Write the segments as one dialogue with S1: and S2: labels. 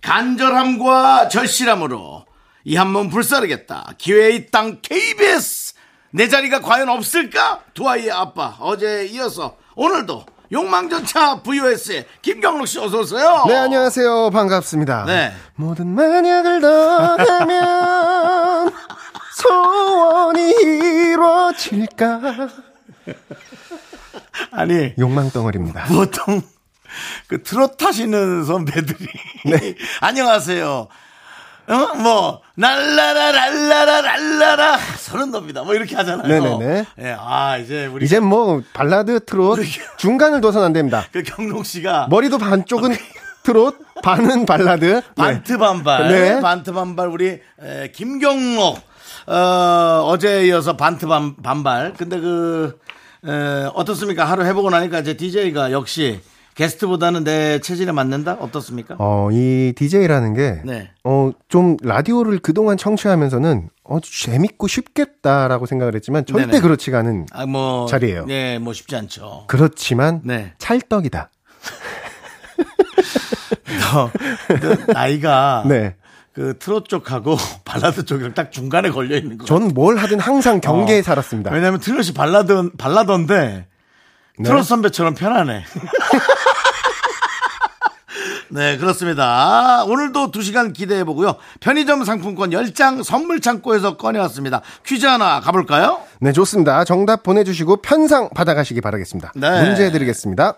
S1: 간절함과 절실함으로 이 한 몸 불사르겠다 기회의 땅 KBS 내 자리가 과연 없을까 두 아이의 아빠 어제에 이어서 오늘도 욕망전차 VOS의 김경록 씨 어서 오세요
S2: 네, 안녕하세요. 반갑습니다.
S1: 네.
S2: 모든 만약을 너라면 소원이 이루어질까?
S1: 아니
S2: 욕망덩어리입니다.
S1: 보통 그 트롯 하시는 선배들이
S2: 네.
S1: 안녕하세요. 어? 뭐 날라라 랄라라 랄라라 서른 넘니다. 뭐 이렇게 하잖아요.
S2: 네네네.
S1: 예, 아 이제 우리
S2: 이젠 뭐 발라드 트롯
S1: 네.
S2: 중간을 둬선 안 됩니다.
S1: 그 경록 씨가
S2: 머리도 반쪽은 트롯, 반은 발라드. 네.
S1: 아, 네. 반트 반발,
S2: 네.
S1: 반트 반발 우리 에, 김경록 어, 어제 이어서 반트 반, 반발. 근데 그 에, 어떻습니까? 하루 해보고 나니까 이제 DJ가 역시 게스트보다는 내 체질에 맞는다. 어떻습니까?
S2: 어, 이 DJ라는 게,
S1: 네.
S2: 어, 좀 라디오를 그동안 청취하면서는, 어, 재밌고 쉽겠다라고 생각을 했지만, 절대
S1: 네네.
S2: 그렇지가 않은
S1: 아, 뭐
S2: 자리예요.
S1: 네, 뭐 쉽지 않죠.
S2: 그렇지만
S1: 네.
S2: 찰떡이다.
S1: 너, 너그 나이가
S2: 네.
S1: 그 트롯 쪽하고 발라드 쪽이랑 딱 중간에 걸려 있는 거.
S2: 전 뭘 하든 항상 경계에
S1: 어.
S2: 살았습니다.
S1: 왜냐면 트롯이 발라드 발라던데
S2: 네?
S1: 트롯 선배처럼 편하네. 네, 그렇습니다. 오늘도 2시간 기대해 보고요. 편의점 상품권 10장 선물 창고에서 꺼내 왔습니다. 퀴즈 하나 가볼까요?
S2: 네, 좋습니다. 정답 보내주시고 편상 받아가시기 바라겠습니다.
S1: 네.
S2: 문제 드리겠습니다.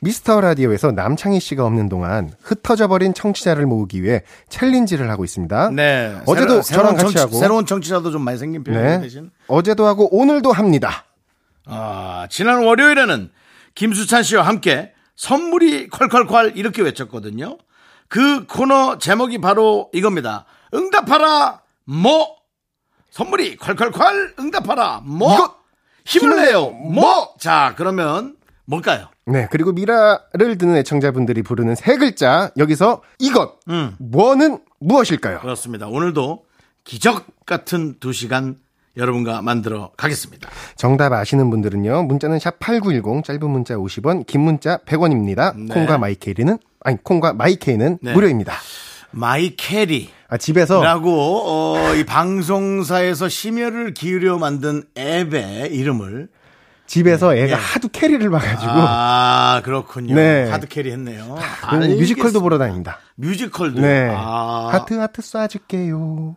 S2: 미스터 라디오에서 남창희 씨가 없는 동안 흩어져 버린 청취자를 모으기 위해 챌린지를 하고 있습니다.
S1: 네.
S2: 어제도
S1: 새로-
S2: 저랑 같이
S1: 청취-
S2: 하고.
S1: 새로운 청취자도 좀 많이 생긴 편이에요.
S2: 네.
S1: 대신.
S2: 어제도 하고 오늘도 합니다.
S1: 아, 지난 월요일에는 김수찬 씨와 함께 선물이 콸콸콸 이렇게 외쳤거든요. 그 코너 제목이 바로 이겁니다. 응답하라 뭐 선물이 콸콸콸 응답하라 뭐
S2: 이거
S1: 힘을 내요 뭐 자 그러면 뭘까요?
S2: 네, 그리고 미라를 듣는 애청자분들이 부르는 세 글자 여기서 이것
S1: 음.
S2: 뭐는 무엇일까요?
S1: 그렇습니다. 오늘도 기적 같은 두 시간 여러분과 만들어 가겠습니다.
S2: 정답 아시는 분들은요. 문자는 샵 8910 짧은 문자 50원, 긴 문자 100원입니다.
S1: 네.
S2: 콩과 마이케이는 아니 콩과 마이케이는
S1: 네.
S2: 무료입니다.
S1: 마이 캐리
S2: 아, 집에서
S1: 라고 어, 이 방송사에서 심혈을 기울여 만든 앱의 이름을
S2: 집에서 애가
S1: 예.
S2: 하도 캐리를 봐가지고
S1: 아 그렇군요.
S2: 네.
S1: 하드 캐리 했네요.
S2: 그냥
S1: 알겠-
S2: 뮤지컬도 보러 다닙니다.
S1: 뮤지컬도.
S2: 네,
S1: 아,
S2: 하트 하트 쏴줄게요.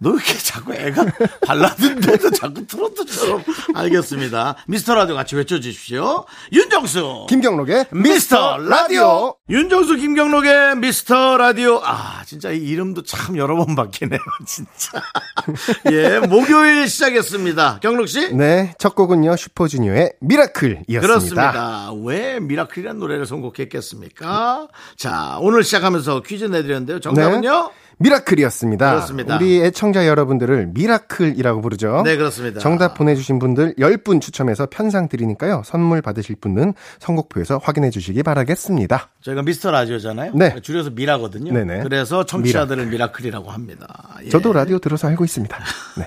S1: 너 왜 이렇게 자꾸 애가 발라드인데도 자꾸 트로트처럼. 알겠습니다. 미스터 라디오 같이 외쳐주십시오. 윤정수.
S2: 김경록의
S1: 미스터 라디오. 윤정수 김경록의 미스터 라디오. 아, 진짜 이 이름도 참 여러 번 바뀌네요, 진짜. 예, 목요일 시작했습니다. 경록 씨.
S2: 네, 첫 곡은요 슈퍼주니어의 미라클이었습니다.
S1: 그렇습니다. 왜 미라클이라는 노래를 선곡했겠습니까? 자, 오늘 시작하면서 퀴즈 내드렸는데요. 정답은요?
S2: 네. 미라클이었습니다.
S1: 그렇습니다.
S2: 우리 애청자 여러분들을 미라클이라고 부르죠.
S1: 네, 그렇습니다.
S2: 정답 보내주신 분들 10분 추첨해서 편상 드리니까요. 선물 받으실 분은 선곡표에서 확인해 주시기 바라겠습니다.
S1: 저희가 미스터 라디오잖아요.
S2: 네.
S1: 줄여서 미라거든요.
S2: 네네.
S1: 그래서 청취자들을 미라클. 이라고 합니다. 예.
S2: 저도 라디오 들어서 알고 있습니다. 네.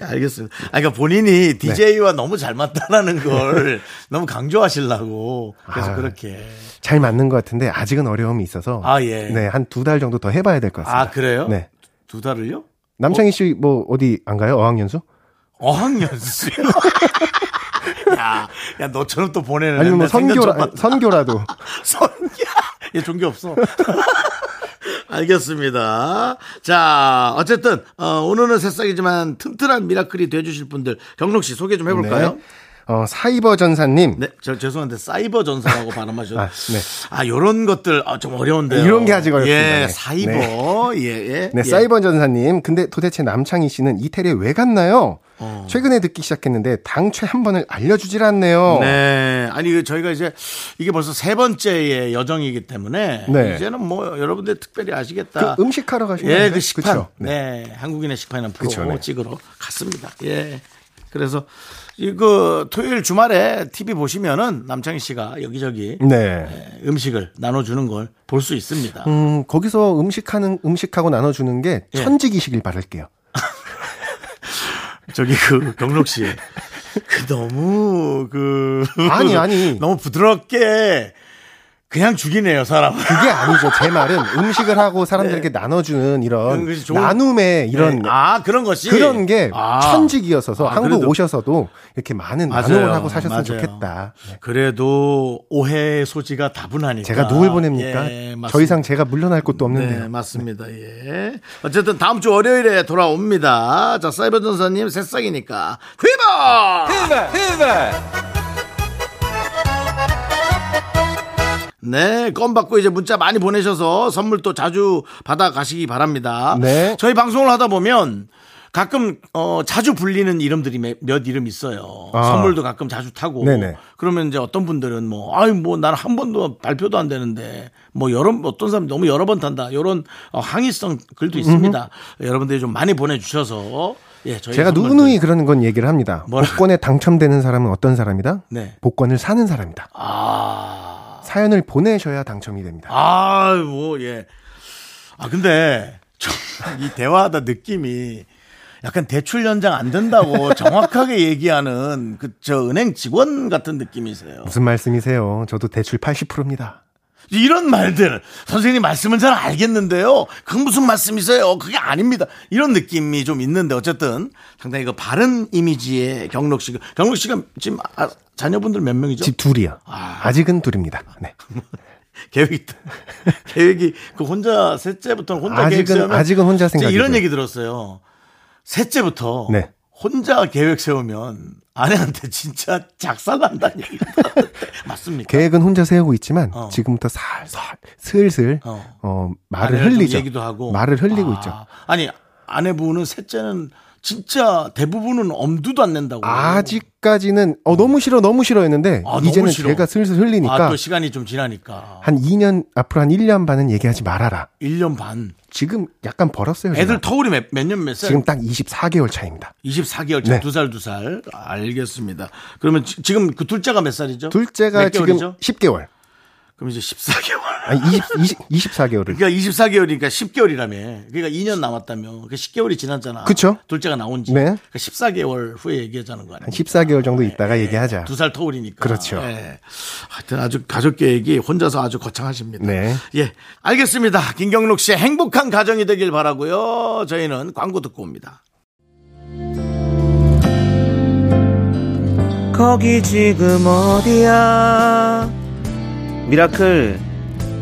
S1: 예, 알겠습니다. 아, 그러니까
S2: 네.
S1: 본인이 DJ와 너무 잘 맞다라는 걸 너무 강조하시려고 그래서
S2: 아.
S1: 그렇게.
S2: 잘 맞는 것 같은데 아직은 어려움이 있어서
S1: 아, 예.
S2: 네, 한 두 달 정도 더 해봐야 될 것 같습니다.
S1: 아, 그래요?
S2: 네.
S1: 두 달을요?
S2: 남창희 씨 뭐 어디 안 가요? 어학연수?
S1: 어학연수요? 야, 야, 너처럼 또 보내는.
S2: 아니면 뭐
S1: 애 생전 처음
S2: 선교라,
S1: 봤다.
S2: 선교라도
S1: 선기야. 얘 종교 없어. 알겠습니다. 자, 어쨌든 어, 오늘은 새싹이지만 튼튼한 미라클이 돼주실 분들 경록 씨 소개 좀 해볼까요?
S2: 네. 어, 사이버 전사님
S1: 네, 저 죄송한데 사이버 전사라고 발음하셔서
S2: 아,
S1: 아,
S2: 네.
S1: 요런 것들 아, 좀 어려운데요.
S2: 이런 게 아직 어렵습니다.
S1: 예,
S2: 네.
S1: 사이버. 예, 예.
S2: 네,
S1: 예.
S2: 사이버 전사님. 근데 도대체 남창희 씨는 이태리에 왜 갔나요? 최근에 듣기 시작했는데 당최 한 번을 알려주질 않네요.
S1: 네. 아니, 그 저희가 이제 이게 벌써 세 번째의 여정이기 때문에
S2: 네.
S1: 이제는 뭐 여러분들 특별히 아시겠다.
S2: 그 음식하러 가신
S1: 예,
S2: 건데?
S1: 그 식판.
S2: 그쵸?
S1: 네. 한국인의 식판이라는 프로
S2: 그쵸, 네.
S1: 찍으러 갔습니다. 예. 그래서 이거 그 토요일 주말에 TV 보시면은 남창희 씨가 여기저기
S2: 네.
S1: 예, 음식을 나눠주는 걸 볼 수 있습니다.
S2: 음, 거기서 음식하는 음식하고 나눠주는 게 천직이시길 바랄게요.
S1: 저기 그 경록 씨. 그 너무 그
S2: 아니, 아니.
S1: 너무 부드럽게 그냥 죽이네요 사람을
S2: 그게 아니죠. 제 말은 음식을 하고 사람들에게 나눠주는 이런
S1: 그런 것이 좋은-
S2: 나눔의 이런
S1: 네. 아 그런 것이
S2: 그런 게
S1: 아.
S2: 천직이어서서
S1: 아,
S2: 한국
S1: 그래도-
S2: 오셔서도 이렇게 많은 나눔을
S1: 맞아요.
S2: 하고 사셨으면
S1: 맞아요.
S2: 좋겠다.
S1: 그래도 오해의 소지가 다분하니까
S2: 제가 누굴 보냅니까?
S1: 예,
S2: 저
S1: 맞습니다.
S2: 이상 제가 물러날 곳도 없는데.
S1: 네, 맞습니다. 예. 어쨌든 다음 주 월요일에 돌아옵니다. 자, 사이버 전사님 새싹이니까 휘바! 휘바! 휘바! 네, 껌 받고 이제 문자 많이 보내셔서 선물 또 자주 받아 가시기 바랍니다.
S2: 네.
S1: 저희 방송을 하다 보면 가끔 어 자주 불리는 이름들이 매- 몇 이름 있어요.
S2: 아.
S1: 선물도 가끔 자주 타고
S2: 네네.
S1: 그러면 이제 어떤 분들은 뭐, 아유, 뭐, 난 한 번도 발표도 안 되는데, 뭐, 여러, 어떤 사람이 너무 여러 번 탄다. 이런 어, 항의성 글도 있습니다. 여러분들이 좀 많이 보내주셔서, 예, 저희
S2: 제가
S1: 선물들-
S2: 누누이 그러는 건 얘기를 합니다.
S1: 뭐라-
S2: 복권에 당첨되는 사람은 어떤 사람이다?
S1: 네.
S2: 복권을 사는 사람이다.
S1: 아,
S2: 사연을 보내셔야 당첨이 됩니다.
S1: 아유, 뭐, 예. 아, 근데, 좀 이 대화하다 느낌이 약간 대출 연장 안 된다고 정확하게 얘기하는 그, 저, 은행 직원 같은 느낌이세요.
S2: 무슨 말씀이세요? 저도 대출 80%입니다.
S1: 이런 말들 선생님 말씀은 잘 알겠는데요. 그 무슨 말씀이세요? 그게 아닙니다. 이런 느낌이 좀 있는데 어쨌든 상당히 그 바른 이미지의 경록 씨가 경록 씨가 지금 아, 자녀분들 몇 명이죠?
S2: 집 둘이요. 아직은 둘입니다. 네.
S1: 계획이 계획이 그 혼자 셋째부터는 혼자
S2: 아직은-
S1: 계획 세우면
S2: 아직은 혼자
S1: 진짜 이런
S2: 생각이고요.
S1: 얘기 들었어요. 셋째부터
S2: 네.
S1: 혼자 계획 세우면 아내한테 진짜 작살난다는 얘기 맞습니까?
S2: 계획은 혼자 세우고 있지만
S1: 어.
S2: 지금부터 살살 슬슬
S1: 어.
S2: 어. 말을
S1: 아내랑 좀
S2: 흘리죠.
S1: 얘기도 하고.
S2: 말을 흘리고
S1: 아,
S2: 있죠.
S1: 아니 아내분은 셋째는 진짜 대부분은 엄두도 안 낸다고.
S2: 아직까지는 어 너무 싫어 너무 싫어 했는데
S1: 아, 너무
S2: 이제는
S1: 싫어.
S2: 제가 슬슬 흘리니까
S1: 아, 또 시간이 좀 지나니까
S2: 한 2년 앞으로 한 1년 반은 얘기하지 말아라.
S1: 1년 반.
S2: 지금 약간 벌었어요. 제가.
S1: 애들 터울이 몇 년 몇 살?
S2: 지금 딱 24개월 차입니다.
S1: 24개월 차
S2: 네.
S1: 두 살 두 살. 알겠습니다. 그러면 지, 금그 둘째가 몇 살이죠?
S2: 둘째가
S1: 몇
S2: 지금
S1: 개월이죠?
S2: 10개월.
S1: 그럼 이제 14개월.
S2: 아니 20, 24개월을.
S1: 그러니까 24개월이니까 10개월이라며. 그러니까 2년 남았다며. 그 10개월이 지났잖아.
S2: 그쵸.
S1: 둘째가 나온 지.
S2: 네.
S1: 그러니까 14개월 후에 얘기하자는 거 아니에요?
S2: 한 14개월 정도 있다가 얘기하자.
S1: 예, 두 살 터울이니까.
S2: 그렇죠.
S1: 예. 하여튼 아주 가족 계획이 혼자서 아주 거창하십니다.
S2: 네.
S1: 예. 알겠습니다. 김경록 씨의 행복한 가정이 되길 바라고요. 저희는 광고 듣고 옵니다.
S3: 거기 지금 어디야? 미라클,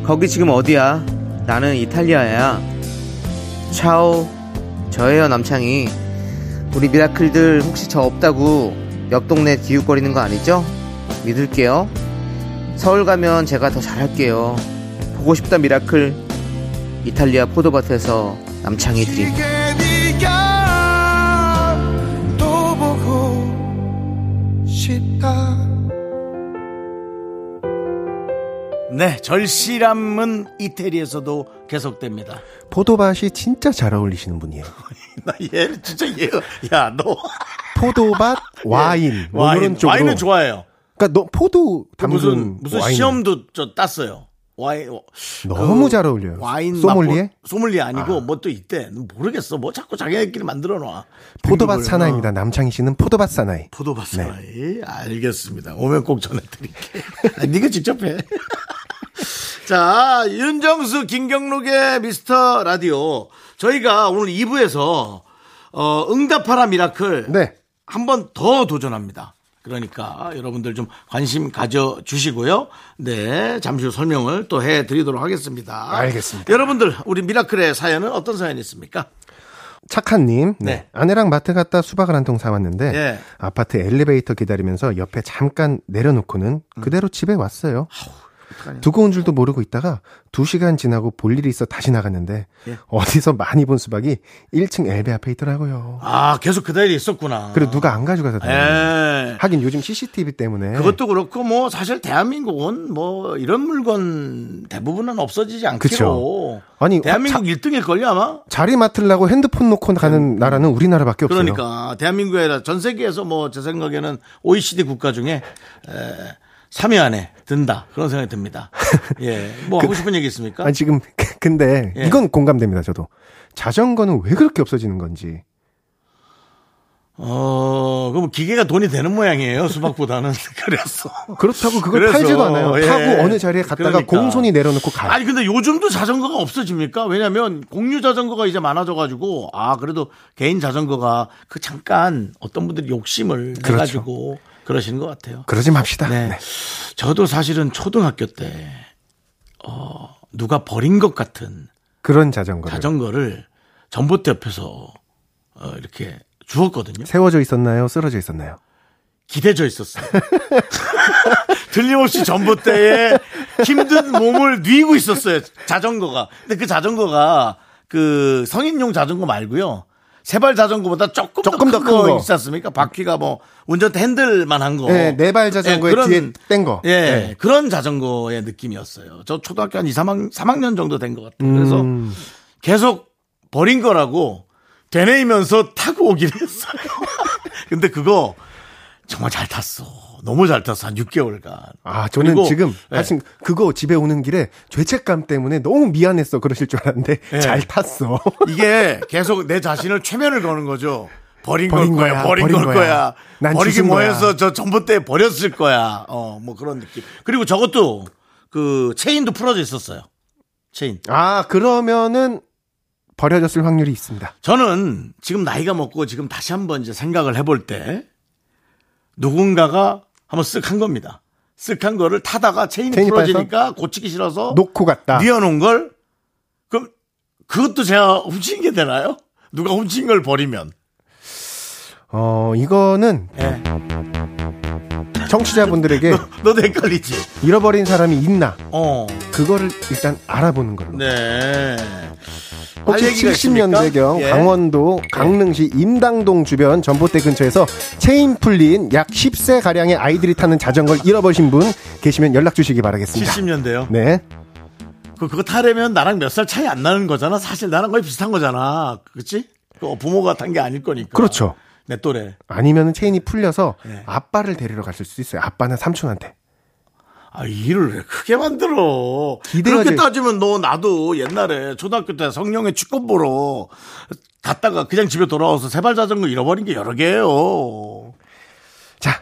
S3: 거기 지금 어디야? 나는 이탈리아야. 차오, 저예요, 남창이. 우리 미라클들 혹시 저 없다고 옆 동네 기웃거리는 거 아니죠? 믿을게요. 서울 가면 제가 더 잘할게요. 보고 싶다, 미라클. 이탈리아 포도밭에서 남창이 드림.
S1: 네. 절실함은 이태리에서도 계속됩니다.
S2: 포도밭이 진짜 잘 어울리시는 분이에요.
S1: 나 얘, 진짜 얘, 야, 너.
S2: 포도밭 와인. 뭐
S1: 예, 와인,
S2: 이런 쪽으로.
S1: 와인은 좋아해요.
S2: 그러니까 너 포도
S1: 그
S2: 담근
S1: 무슨, 무슨
S2: 와인을.
S1: 시험도 저 땄어요. 와인.
S2: 너무 잘 어울려요.
S1: 와인
S2: 소믈리에?
S1: 맛보- 소믈리에 아니고 뭐 또 있대. 모르겠어. 뭐 자꾸 자기네끼리 만들어 놔.
S2: 포도밭
S1: 등급을. 어.
S2: 사나이입니다. 남창희 씨는 포도밭 사나이.
S1: 포도밭 사나이
S2: 네.
S1: 알겠습니다. 오면 꼭 전해드릴게. 아, 네가 직접 해. 자, 윤정수 김경록의 미스터 라디오 저희가 오늘 2부에서 어, 응답하라 미라클
S2: 네.
S1: 한 번 더 도전합니다. 그러니까 여러분들 좀 관심 가져 주시고요. 네, 잠시 후 설명을 또 해드리도록 하겠습니다.
S2: 알겠습니다.
S1: 여러분들 우리 미라클의 사연은 어떤 사연이 있습니까?
S2: 착한님,
S1: 네.
S2: 아내랑 마트 갔다 수박을 한 통 사왔는데
S1: 예.
S2: 아파트 엘리베이터 기다리면서 옆에 잠깐 내려놓고는 그대로 집에 왔어요.
S1: 음. 어떡하냐.
S2: 두꺼운 줄도 모르고 있다가 2시간 지나고 볼 일이 있어 다시 나갔는데
S1: 예.
S2: 어디서 많이 본 수박이 1층 엘베 앞에 있더라고요.
S1: 아, 계속 그 다일이 있었구나.
S2: 그리고 누가 안 가져가서 다행이에요.
S1: 예.
S2: 하긴 요즘 CCTV 때문에
S1: 그것도 그렇고 뭐 사실 대한민국은 뭐 이런 물건 대부분은 없어지지 않기로
S2: 그쵸. 아니,
S1: 대한민국 1등일 걸요 아마
S2: 자리 맡으려고 핸드폰 놓고 가는 나라는 우리나라밖에 없어요.
S1: 예. 그러니까 대한민국이 아니라 전 세계에서 뭐 제 생각에는 OECD 국가 중에 에, 3위 안에 든다 그런 생각이 듭니다. 예, 뭐 하고 싶은 얘기 있습니까?
S2: 그- 아니 지금 근데
S1: 예.
S2: 이건 공감됩니다. 저도 자전거는 왜 그렇게 없어지는 건지
S1: 어, 그럼 기계가 돈이 되는 모양이에요 수박보다는 그래서.
S2: 그렇다고 그걸
S1: 그래서,
S2: 팔지도 않아요.
S1: 예.
S2: 타고 어느 자리에 갔다가
S1: 그러니까.
S2: 공손히 내려놓고 가요.
S1: 아니 근데 요즘도 자전거가 없어집니까? 왜냐면 공유 자전거가 이제 많아져가지고 아 그래도 개인 자전거가 그 잠깐 어떤 분들이 욕심을
S2: 그렇죠.
S1: 내가지고 그러시는 것 같아요.
S2: 그러지 맙시다.
S1: 네.
S2: 네.
S1: 저도 사실은 초등학교 때 어, 누가 버린 것 같은
S2: 그런 자전거를
S1: 자전거를 전봇대 옆에서 어, 이렇게 주웠거든요.
S2: 세워져 있었나요? 쓰러져 있었나요?
S1: 기대져 있었어요. 들림없이 전봇대에 힘든 몸을 뉘고 있었어요. 자전거가. 근데 그 자전거가 그 성인용 자전거 말고요. 세발 자전거보다 조금,
S2: 조금
S1: 더
S2: 더
S1: 큰
S2: 큰
S1: 거
S2: 거.
S1: 있지 않습니까? 바퀴가 뭐 운전대 핸들만 한 거.
S2: 네, 네발 자전거에 뒤에 뗀 거.
S1: 예,
S2: 네.
S1: 그런 자전거의 느낌이었어요. 저 초등학교 한 2, 3학, 3학년 정도 된 것 같아요. 그래서
S2: 음.
S1: 계속 버린 거라고 되뇌이면서 타고 오긴 했어요. 근데 그거 정말 잘 탔어. 너무 잘 탔어. 한 6개월간.
S2: 아, 저는
S1: 그리고,
S2: 지금
S1: 예.
S2: 사실 그거 집에 오는 길에 죄책감 때문에 너무 미안했어 그러실 줄 알았는데
S1: 예.
S2: 잘 탔어.
S1: 이게 계속 내 자신을 최면을 거는 거죠. 버린,
S2: 버린
S1: 걸 거야,
S2: 거야,
S1: 버린,
S2: 버린
S1: 걸
S2: 거야.
S1: 거야.
S2: 난
S1: 버리기
S2: 주신 거야.
S1: 뭐해서 저 전봇대에 버렸을 거야. 어, 뭐 그런 느낌. 그리고 저것도 그 체인도 풀어져 있었어요. 체인.
S2: 아 그러면은 버려졌을 확률이 있습니다.
S1: 저는 지금 나이가 먹고 지금 다시 한번 이제 생각을 해볼 때 누군가가 한번 쓱 한 겁니다. 쓱 한 거를 타다가 체인이
S2: 체인이 아.
S1: 풀어지니까 고치기 싫어서
S2: 놓고 갔다.
S1: 뉘어놓은 걸 그럼 그것도 제가 훔친 게 되나요? 누가 훔친 걸 버리면
S2: 어 이거는
S1: 예. 네.
S2: 청취자분들에게
S1: 너도 헷갈리지?
S2: 잃어버린 사람이 있나
S1: 어,
S2: 그거를 일단 알아보는 걸로.
S1: 네.
S2: 혹시
S1: 할 얘기가 있습니까?
S2: 70년대경
S1: 예.
S2: 강원도 강릉시 임당동 주변 전봇대 근처에서 체인 풀린 약 10세 가량의 아이들이 타는 자전거를 잃어버리신 분 계시면 연락 주시기 바라겠습니다.
S1: 70년대요.
S2: 네.
S1: 그, 그거 타려면 나랑 몇 살 차이 안 나는 거잖아. 사실 나랑 거의 비슷한 거잖아. 그치? 그 부모가 탄 게 아닐 거니까.
S2: 그렇죠.
S1: 내 또래.
S2: 아니면 체인이 풀려서
S1: 네.
S2: 아빠를 데리러 갔을 수도 있어요. 아빠나 삼촌한테.
S1: 아, 일을 왜 크게 만들어?
S2: 기대가
S1: 그렇게
S2: 제-
S1: 따지면 너 나도 옛날에 초등학교 때 성령의 축구 보러 갔다가 그냥 집에 돌아와서 세발 자전거 잃어버린 게 여러 개예요.
S2: 자,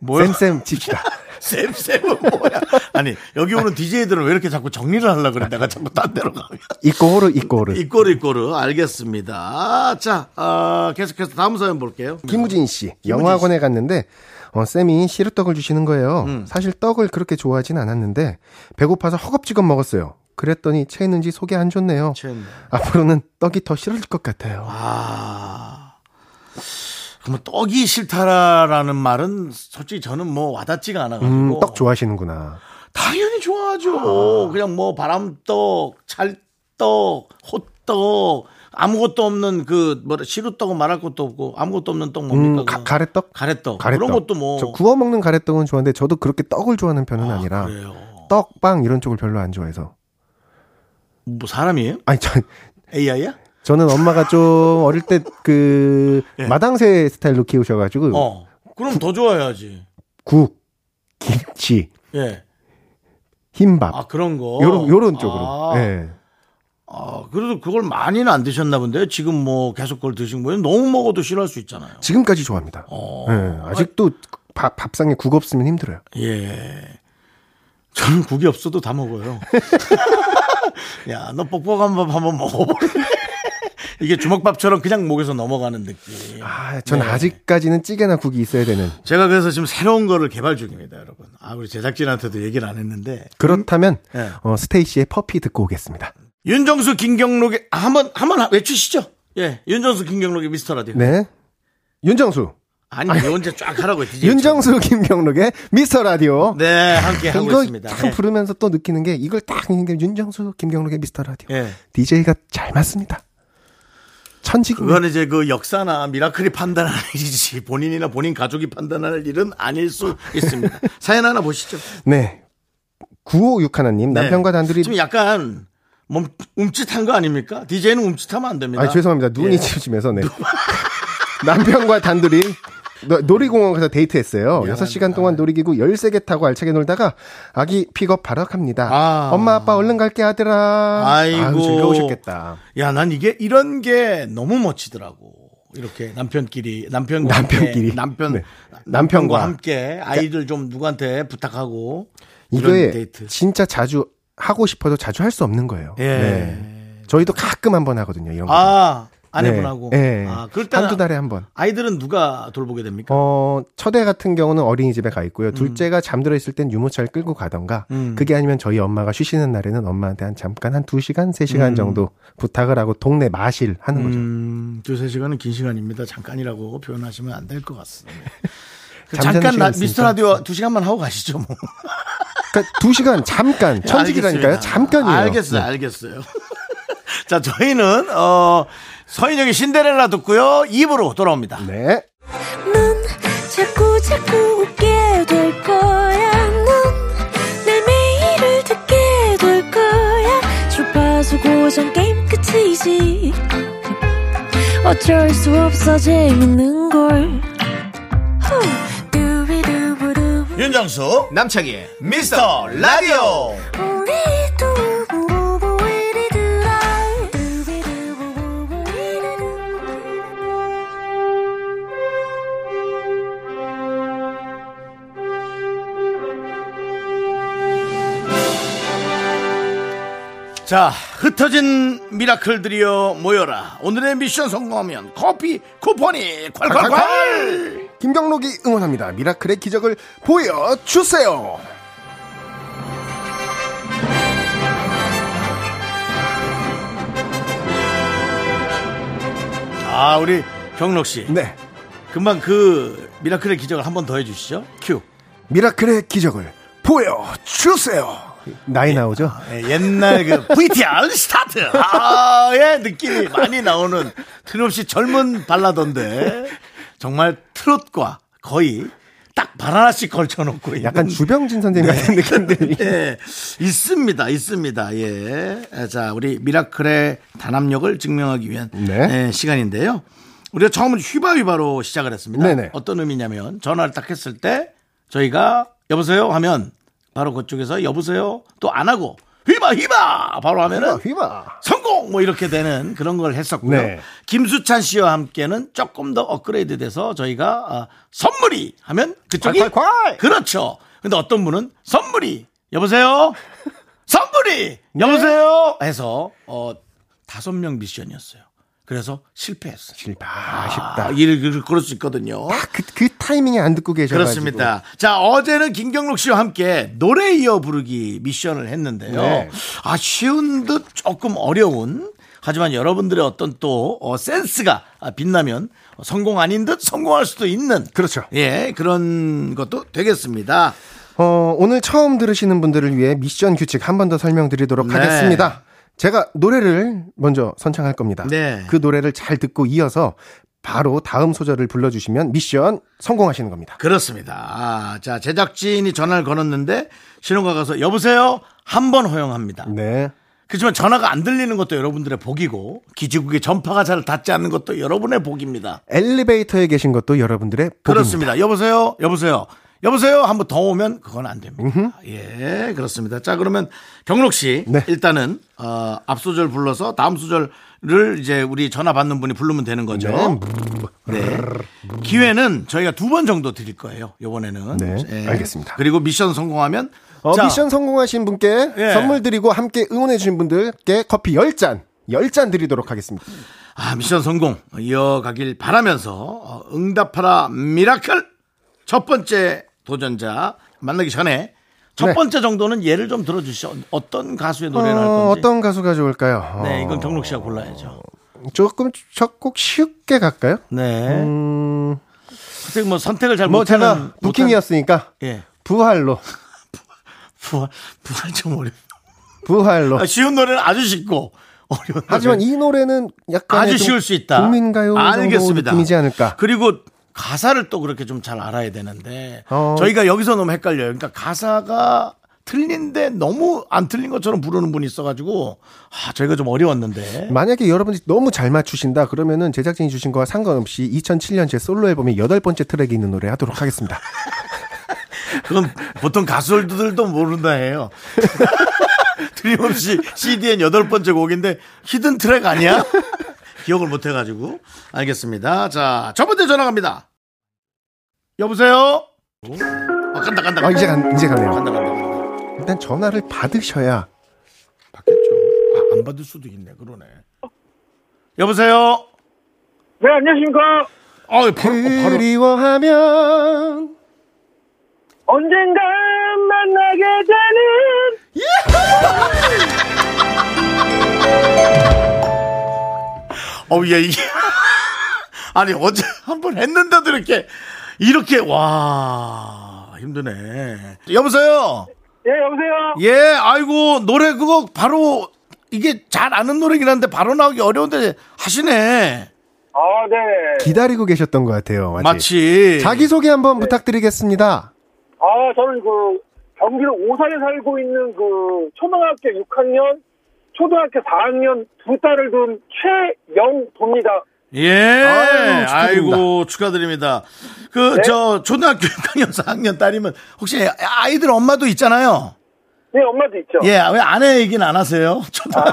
S1: 뭐야?
S2: 쌤쌤 칩시다.
S1: 쌤쌤은 뭐야? 아니, 여기 오는 DJ들은 왜 이렇게 자꾸 정리를 하려고 그래? 내가 자꾸 딴 데로 가면.
S2: 이꼬르 이꼬르.
S1: 이꼬르 이꼬르 알겠습니다. 자, 아, 계속해서 다음 사연 볼게요.
S2: 김우진 씨 영화관에 갔는데 어, 쌤이 시루떡을 주시는 거예요.
S1: 음.
S2: 사실 떡을 그렇게 좋아하진 않았는데 배고파서 허겁지겁 먹었어요. 그랬더니 체했는지 속이 안 좋네요.
S1: 체했네.
S2: 앞으로는 떡이 더 싫어질 것 같아요.
S1: 아. 그러면 떡이 싫다라는 말은 솔직히 저는 뭐 와닿지가 않아가지고
S2: 음, 떡 좋아하시는구나.
S1: 당연히 좋아하죠. 그냥 뭐 바람떡, 찰떡, 호떡 아무것도 없는 그 뭐라 시루떡은 말할 것도 없고 아무것도 없는 떡 뭡니까?
S2: 음, 가,
S1: 그거?
S2: 가래떡?
S1: 가래떡.
S2: 가래떡.
S1: 그런 것도 뭐
S2: 저 구워 먹는 가래떡은 좋아하는데 저도 그렇게 떡을 좋아하는 편은 아, 니라
S1: 그래요.
S2: 떡빵 이런 쪽을 별로 안 좋아해서.
S1: 뭐 사람이에요?
S2: 아니 저
S1: AI야?
S2: 저는 엄마가 좀 어릴 때 그 마당새 스타일로 키우셔가지고
S1: 예. 어. 그럼 더 좋아해야지.
S2: 국, 김치,
S1: 예.
S2: 흰밥
S1: 아 그런 거.
S2: 요런 요런 쪽으로.
S1: 아,
S2: 예.
S1: 아, 그래도 그걸 많이는 안 드셨나 본데 지금 뭐 계속 그걸 드신 거예요. 너무 먹어도 싫어할 수 있잖아요.
S2: 지금까지 좋아합니다.
S1: 어.
S2: 예, 아직도 밥, 밥상에 국 없으면 힘들어요.
S1: 예. 저는 국이 없어도 다 먹어요. 야, 너 뻑뻑한 밥 한번 먹어볼래? 이게 주먹밥처럼 그냥 목에서 넘어가는 느낌.
S2: 아,
S1: 네.
S2: 전 아직까지는 찌개나 국이 있어야 되는.
S1: 제가 그래서 지금 새로운 거를 개발 중입니다, 여러분. 아, 우리 제작진한테도 얘기를 안 했는데.
S2: 그렇다면
S1: 예.
S2: 어, 스테이시의 퍼피 듣고 오겠습니다.
S1: 윤정수, 김경록의, 아, 한 번, 한 번 외치시죠. 예. 윤정수, 김경록의 미스터 라디오.
S2: 네. 윤정수,
S1: 아니, 이 혼자 쫙 하라고 했지.
S2: 윤정수 김경록의 미스터 라디오.
S1: 예, 네, 함께 하고
S2: 이거
S1: 있습니다. 네. 예.
S2: 딱 부르면서 또 느끼는 게 이걸 딱 읽는 게 윤정수 김경록의 미스터 라디오.
S1: 예.
S2: DJ가 잘 맞습니다. 천직입니다.
S1: 그건 이제 그 역사나 미라클이 판단할 일이지 본인이나 본인 가족이 판단할 일은 아닐 수 있습니다. 사연 하나 보시죠.
S2: 네. 9561 하나님
S1: 네.
S2: 남편과 단둘이
S1: 지금 약간 몸 움찔한 거 아닙니까? DJ는 움찔하면 안 됩니다. 예.
S2: 아 죄송합니다. 눈이 찜찜해서 네. 남편과 단둘이 노- 놀이공원 가서 데이트했어요. 6시간 동안 놀이기구 13개 타고 알차게 놀다가 아기 픽업 바로 갑니다.
S1: 아.
S2: 엄마 아빠 얼른 갈게 아들아.
S1: 아이고.
S2: 아유, 즐거우셨겠다.
S1: 야, 난 이게 이런 게 너무 멋지더라고. 이렇게 남편끼리 남편과
S2: 남편끼리.
S1: 함께, 남편
S2: 네.
S1: 남편과
S2: 남편과.
S1: 함께 아이들 좀 누구한테 부탁하고 이런
S2: 이게
S1: 데이트.
S2: 진짜 자주 하고 싶어도 자주 할 수 없는 거예요.
S1: 예.
S2: 네. 저희도 가끔 한 번 하거든요. 이런 거.
S1: 아, 아내분하고.
S2: 네. 네.
S1: 아, 그럴 때는
S2: 한두 달에 한 번.
S1: 아이들은 누가 돌보게 됩니까? 음.
S2: 어, 첫애 같은 경우는 어린이집에 가 있고요. 둘째가 잠들어 있을 땐 유모차를 끌고 가던가, 그게 아니면 저희 엄마가 쉬시는 날에는 엄마한테 한 잠깐 한 2시간, 3시간 정도 부탁을 하고 동네 마실 하는 거죠.
S1: 음, 두세 시간은 긴 시간입니다. 잠깐이라고 표현하시면 안 될 것 같습니다. 그
S2: 네. 잠자는
S1: 잠깐 나-
S2: 시간 있으니까.
S1: 미스터 라디오 두 시간만 하고 가시죠 뭐.
S2: 그러니까 2시간 잠깐, 천직이라니까요.
S1: 알겠습니다.
S2: 잠깐이에요.
S1: 알겠어요,
S2: 네.
S1: 알겠어요. 자, 저희는 어 서인영의 신데렐라 듣고요. 입으로 돌아옵니다.
S2: 네.
S4: 넌 자꾸 자꾸 웃게 될 거야. 넌내 매일을 듣게 될 거야. 주파수 고정 게임 끝이지. 어쩔 수 없어 재밌는 걸. 후. 두비두부두.
S1: 윤정수 남창희 미스터 라디오.
S4: 우리 두부부부 우리들아. 두비두부부부 우리들아.
S1: 자, 흩어진 미라클들이여 모여라. 오늘의 미션 성공하면 커피 쿠폰이 콸콸콸.
S2: 김경록이 응원합니다. 미라클의 기적을 보여주세요.
S1: 아, 우리 경록 씨.
S2: 네.
S1: 금방 그 미라클의 기적을 한 번 더 해주시죠. 큐.
S2: 미라클의 기적을 보여주세요. 나이 나오죠?
S1: 예, 옛날 그 VTR 스타트. 아의 느낌이 많이 나오는 틀림없이 젊은 발라던데 정말 트롯과 거의 딱 발 하나씩 걸쳐놓고 있는
S2: 약간 주병진 선생님 같은 느낌들이.
S1: 예, 있습니다, 있습니다. 예, 자 우리 미라클의 단합력을 증명하기 위한
S2: 네.
S1: 예, 시간인데요. 우리가 처음은 휘바휘바로 시작을 했습니다.
S2: 네네.
S1: 어떤 의미냐면 전화를 딱 했을 때 저희가 여보세요 하면 바로 그쪽에서 여보세요 또 안 하고 휘바휘바 바로 하면은
S2: 휘바.
S1: 성공 뭐 이렇게 되는 그런 걸 했었고요.
S2: 네.
S1: 김수찬 씨와 함께는 조금 더 업그레이드돼서 저희가 아, 선물이 하면 그쪽이
S2: 콸콸콸!
S1: 그렇죠. 근데 어떤 분은 선물이 여보세요. 선물이 여보세요
S2: 네.
S1: 해서 어 다섯 명 미션이었어요. 그래서 실패했어요.
S2: 실패. 아, 아쉽다.
S1: 아, 일 그럴 수 있거든요.
S2: 그, 그 타이밍에 안 듣고 계셔가지고
S1: 그렇습니다. 자, 어제는 김경록 씨와 함께 노래 이어 부르기 미션을 했는데요.
S2: 네.
S1: 아, 쉬운 듯 조금 어려운. 하지만 여러분들의 어떤 또 어, 센스가 아, 빛나면 성공 아닌 듯 성공할 수도 있는
S2: 그렇죠.
S1: 예, 그런 것도 되겠습니다.
S2: 어, 오늘 처음 들으시는 분들을 위해 미션 규칙 한 번 더 설명드리도록
S1: 네.
S2: 하겠습니다. 제가 노래를 먼저 선창할 겁니다.
S1: 네.
S2: 그 노래를 잘 듣고 이어서 바로 다음 소절을 불러주시면 미션 성공하시는 겁니다.
S1: 그렇습니다. 아, 자, 제작진이 전화를 걸었는데 신혼가 가서 여보세요. 한 번 허용합니다.
S2: 네.
S1: 그렇지만 전화가 안 들리는 것도 여러분들의 복이고 기지국의 전파가 잘 닿지 않는 것도 여러분의 복입니다.
S2: 엘리베이터에 계신 것도 여러분들의 복입니다.
S1: 그렇습니다. 여보세요? 여보세요? 여보세요? 한번 더 오면 그건 안 됩니다. 예, 그렇습니다. 자, 그러면 경록 씨.
S2: 네.
S1: 일단은, 어, 앞소절 불러서 다음 소절을 이제 우리 전화 받는 분이 부르면 되는 거죠. 네. 기회는 저희가 두 번 정도 드릴 거예요. 요번에는.
S2: 네, 알겠습니다.
S1: 그리고 미션 성공하면.
S2: 어,
S1: 자,
S2: 미션 성공하신 분께
S1: 예.
S2: 선물 드리고 함께 응원해 주신 분들께 커피 10잔 10잔 드리도록 하겠습니다.
S1: 아, 미션 성공 이어가길 바라면서 어, 응답하라 미라클 첫 번째 도전자 만나기 전에 첫
S2: 네.
S1: 번째 정도는 예를 좀 들어주시죠. 어떤 가수의 노래를 할
S2: 어,
S1: 건지.
S2: 어떤 가수가 좋을까요?
S1: 네, 이건
S2: 어,
S1: 경록 씨가 골라야죠.
S2: 조금 첫곡 쉽게 갈까요?
S1: 네.
S2: 음,
S1: 글쎄 뭐 선택을 잘
S2: 뭐
S1: 못하는
S2: 제가 부킹이었으니까
S1: 못한- 예
S2: 부활로
S1: 부활 부활 좀 어려.
S2: 부활로.
S1: 아, 쉬운 노래는 아주 쉽고 어려운.
S2: 하지만
S1: 노래는
S2: 이 노래는 약간
S1: 아주 쉬울 수 있다.
S2: 국민가요 정도
S1: 알겠습니다.
S2: 느낌이지 않을까.
S1: 그리고 가사를 또 그렇게 좀 잘 알아야 되는데
S2: 어.
S1: 저희가 여기서 너무 헷갈려요. 그러니까 가사가 틀린데 너무 안 틀린 것처럼 부르는 분이 있어가지고 아 저희가 좀 어려웠는데
S2: 만약에 여러분이 너무 잘 맞추신다 그러면은 제작진이 주신 거와 상관없이 2007년 제 솔로 앨범의 여덟 번째 트랙이 있는 노래 하도록 하겠습니다.
S1: 그건 보통 가수들도 모른다 해요. 틀림없이 CDN 여덟 번째 곡인데 히든 트랙 아니야? 기억을 못 해가지고 알겠습니다. 자, 첫 번째 전화 갑니다. 여보세요. 어, 간다 간다.
S2: 아, 이제 간, 이제 가네요.
S1: 간다 간다 간다.
S2: 일단 전화를 받으셔야
S1: 어, 받겠죠. 아, 안 받을 수도 있네. 그러네. 여보세요.
S5: 네, 안녕하십니까.
S1: 아, 바로, 어, 바로
S2: 그리워하면
S5: 언젠가 만나게 되는
S2: 음.
S1: 어, 예, 이게. 아니, 어제 한 번 했는데도 이렇게, 이렇게, 와, 힘드네. 여보세요?
S5: 예, 여보세요.
S1: 예, 아이고, 노래 그거 바로, 이게 잘 아는 노래긴 한데 바로 나오기 어려운데 하시네.
S5: 아, 네.
S2: 기다리고 계셨던 것 같아요. 아직.
S1: 마치.
S2: 자기 소개 한번 부탁드리겠습니다.
S5: 아, 저는 그 경기도 오산에 살고 있는 그 초등학교 6학년, 초등학교 4학년 두 딸을 둔 최영도입니다.
S1: 예.
S2: 아유, 축하드립니다.
S1: 아이고, 축하드립니다. 그,
S5: 네.
S1: 저, 초등학교 6학년, 4학년 딸이면, 혹시 아이들 엄마도 있잖아요.
S5: 네, 엄마도 있죠.
S1: 예, 왜 아내 얘기는 안 하세요? 초등학교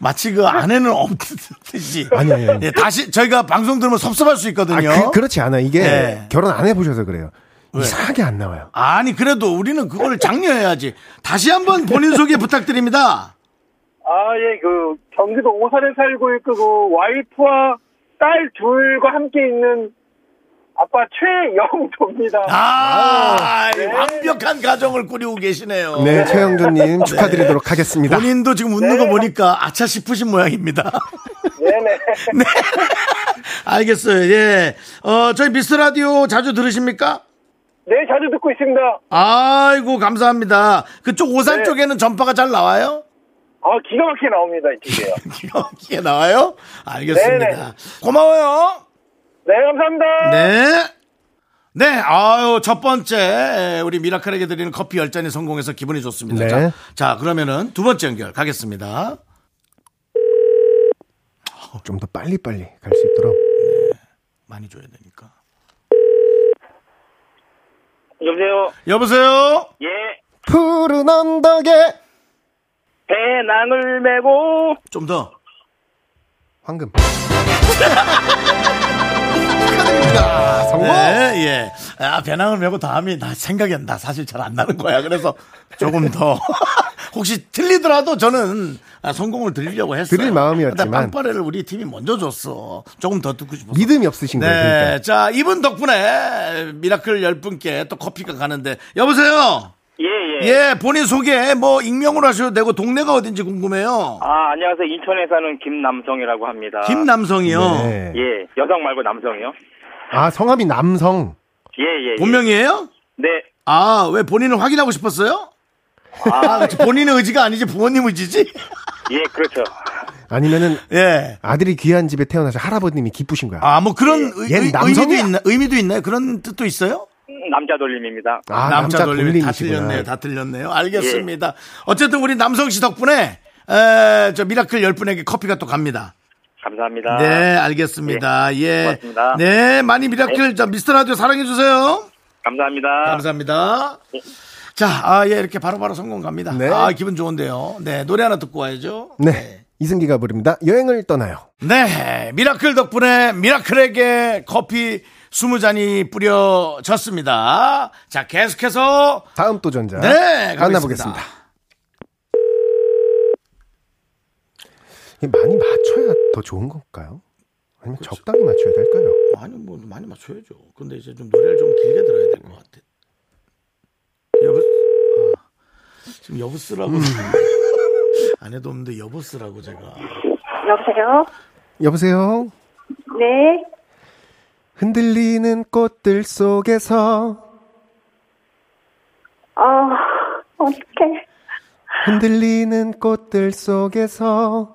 S1: 마치 그 아내는 없듯이.
S2: 아니, 아니, 아니.
S1: 예, 다시 저희가 방송 들으면 섭섭할 수
S2: 아,
S1: 있거든요.
S2: 그, 렇지 않아. 이게
S1: 네.
S2: 결혼 안 해보셔서 그래요. 이상하게 안 나와요.
S1: 아니 그래도 우리는 그걸 장려해야지. 다시 한번 본인 소개 부탁드립니다.
S5: 아, 예, 그 경기도 오산에 살고 있고 그 와이프와 딸 둘과 함께 있는 아빠 최영도입니다.
S1: 아, 이 완벽한 가정을 꾸리고 계시네요.
S2: 네, 최영조님 축하드리도록 하겠습니다.
S1: 본인도 지금 웃는 거 보니까 아차 싶으신 모양입니다.
S5: 네네.
S1: 네. 알겠어요. 예. 어, 저희 미스터 라디오 자주 들으십니까?
S5: 네, 자주 듣고 있습니다.
S1: 아이고 감사합니다. 그쪽 오산
S5: 네.
S1: 쪽에는 전파가 잘 나와요?
S5: 아, 기가 막히게 나옵니다, 이쪽에요.
S1: 여기에 나와요? 알겠습니다.
S5: 네네.
S1: 고마워요.
S5: 네, 감사합니다.
S1: 네. 네, 아유, 첫 번째, 우리 미라클에게 드리는 커피 열잔이 성공해서 기분이 좋습니다.
S2: 네.
S1: 자, 자, 그러면은 두 번째 연결 가겠습니다.
S2: 어, 좀 더 빨리빨리 갈 수 있도록.
S1: 많이 줘야 되니까.
S5: 여보세요.
S1: 여보세요?
S5: 예.
S2: 푸른 언덕에
S5: 배낭을 메고
S1: 좀 더.
S2: 황금. 축하드립니다. 성공.
S1: 네, 예. 아, 배낭을 메고 다음이 나 생각이 안 나. 사실 잘 안 나는 거야. 그래서 조금 더. 혹시 틀리더라도 저는 아, 성공을 드리려고 했어요.
S2: 드릴 마음이었지만.
S1: 근데 빵빠레를 우리 팀이 먼저 줬어. 조금 더 듣고 싶었어.
S2: 믿음이 없으신 거예요.
S1: 네.
S2: 그러니까.
S1: 자, 이분 덕분에 미라클 10분께 또 커피가 가는데. 여보세요?
S5: 예, 예.
S1: 예, 본인 소개, 뭐, 익명으로 하셔도 되고, 동네가 어딘지 궁금해요.
S5: 아, 안녕하세요. 인천에 사는 김남성이라고 합니다.
S1: 김남성이요.
S2: 네.
S5: 예. 여성 말고 남성이요?
S2: 아 성함이 남성.
S5: 예, 예. 예.
S1: 본명이에요?
S5: 네.
S1: 아, 왜 본인을 확인하고 싶었어요? 아, 그치. 본인의 의지가 아니지, 부모님 의지지?
S5: 예, 그렇죠.
S2: 아니면은
S1: 예.
S2: 아들이 귀한 집에 태어나서 할아버님이 기쁘신 거야.
S1: 아, 뭐 그런 의,
S2: 얘는
S1: 의- 의미도
S2: 남성이야.
S1: 있나, 의미도 있나요? 그런 뜻도 있어요?
S5: 남자 돌림입니다.
S2: 아,
S1: 돌림이 다
S2: 돌림이시구나.
S1: 틀렸네요. 다 틀렸네요. 알겠습니다. 어쨌든 우리 남성 씨 덕분에, 에, 저 미라클 10분에게 커피가 또 갑니다.
S5: 감사합니다.
S1: 네, 알겠습니다. 예.
S5: 아, 고맙습니다.
S1: 네, 많이 미라클 자, 미스터 라디오 사랑해 주세요.
S5: 감사합니다. 예.
S1: 감사합니다. 자, 아, 예, 이렇게 바로바로 성공 갑니다.
S2: 네.
S1: 아, 기분 좋은데요. 네, 노래 하나 듣고 와야죠.
S2: 네. 이승기가 부릅니다. 여행을 떠나요.
S1: 네, 미라클 덕분에 미라클에게 커피 20잔이 뿌려졌습니다. 자, 계속해서
S2: 다음 도전자.
S1: 네, 가겠습니다.
S2: 만나보겠습니다. 이게 많이 맞춰야 더 좋은 건가요? 아니면 적당히 맞춰야 될까요?
S1: 아니, 뭐, 많이 맞춰야죠. 근데 이제 좀 노래를 좀 길게 들어야 될 것 같아. 여보, 아, 지금 여보스라고. 아내도 없는데 여보스라고 제가.
S6: 여보세요?
S2: 여보세요.
S6: 네.
S2: 흔들리는 꽃들 속에서
S4: 아, 어떡해.
S2: 흔들리는 꽃들 속에서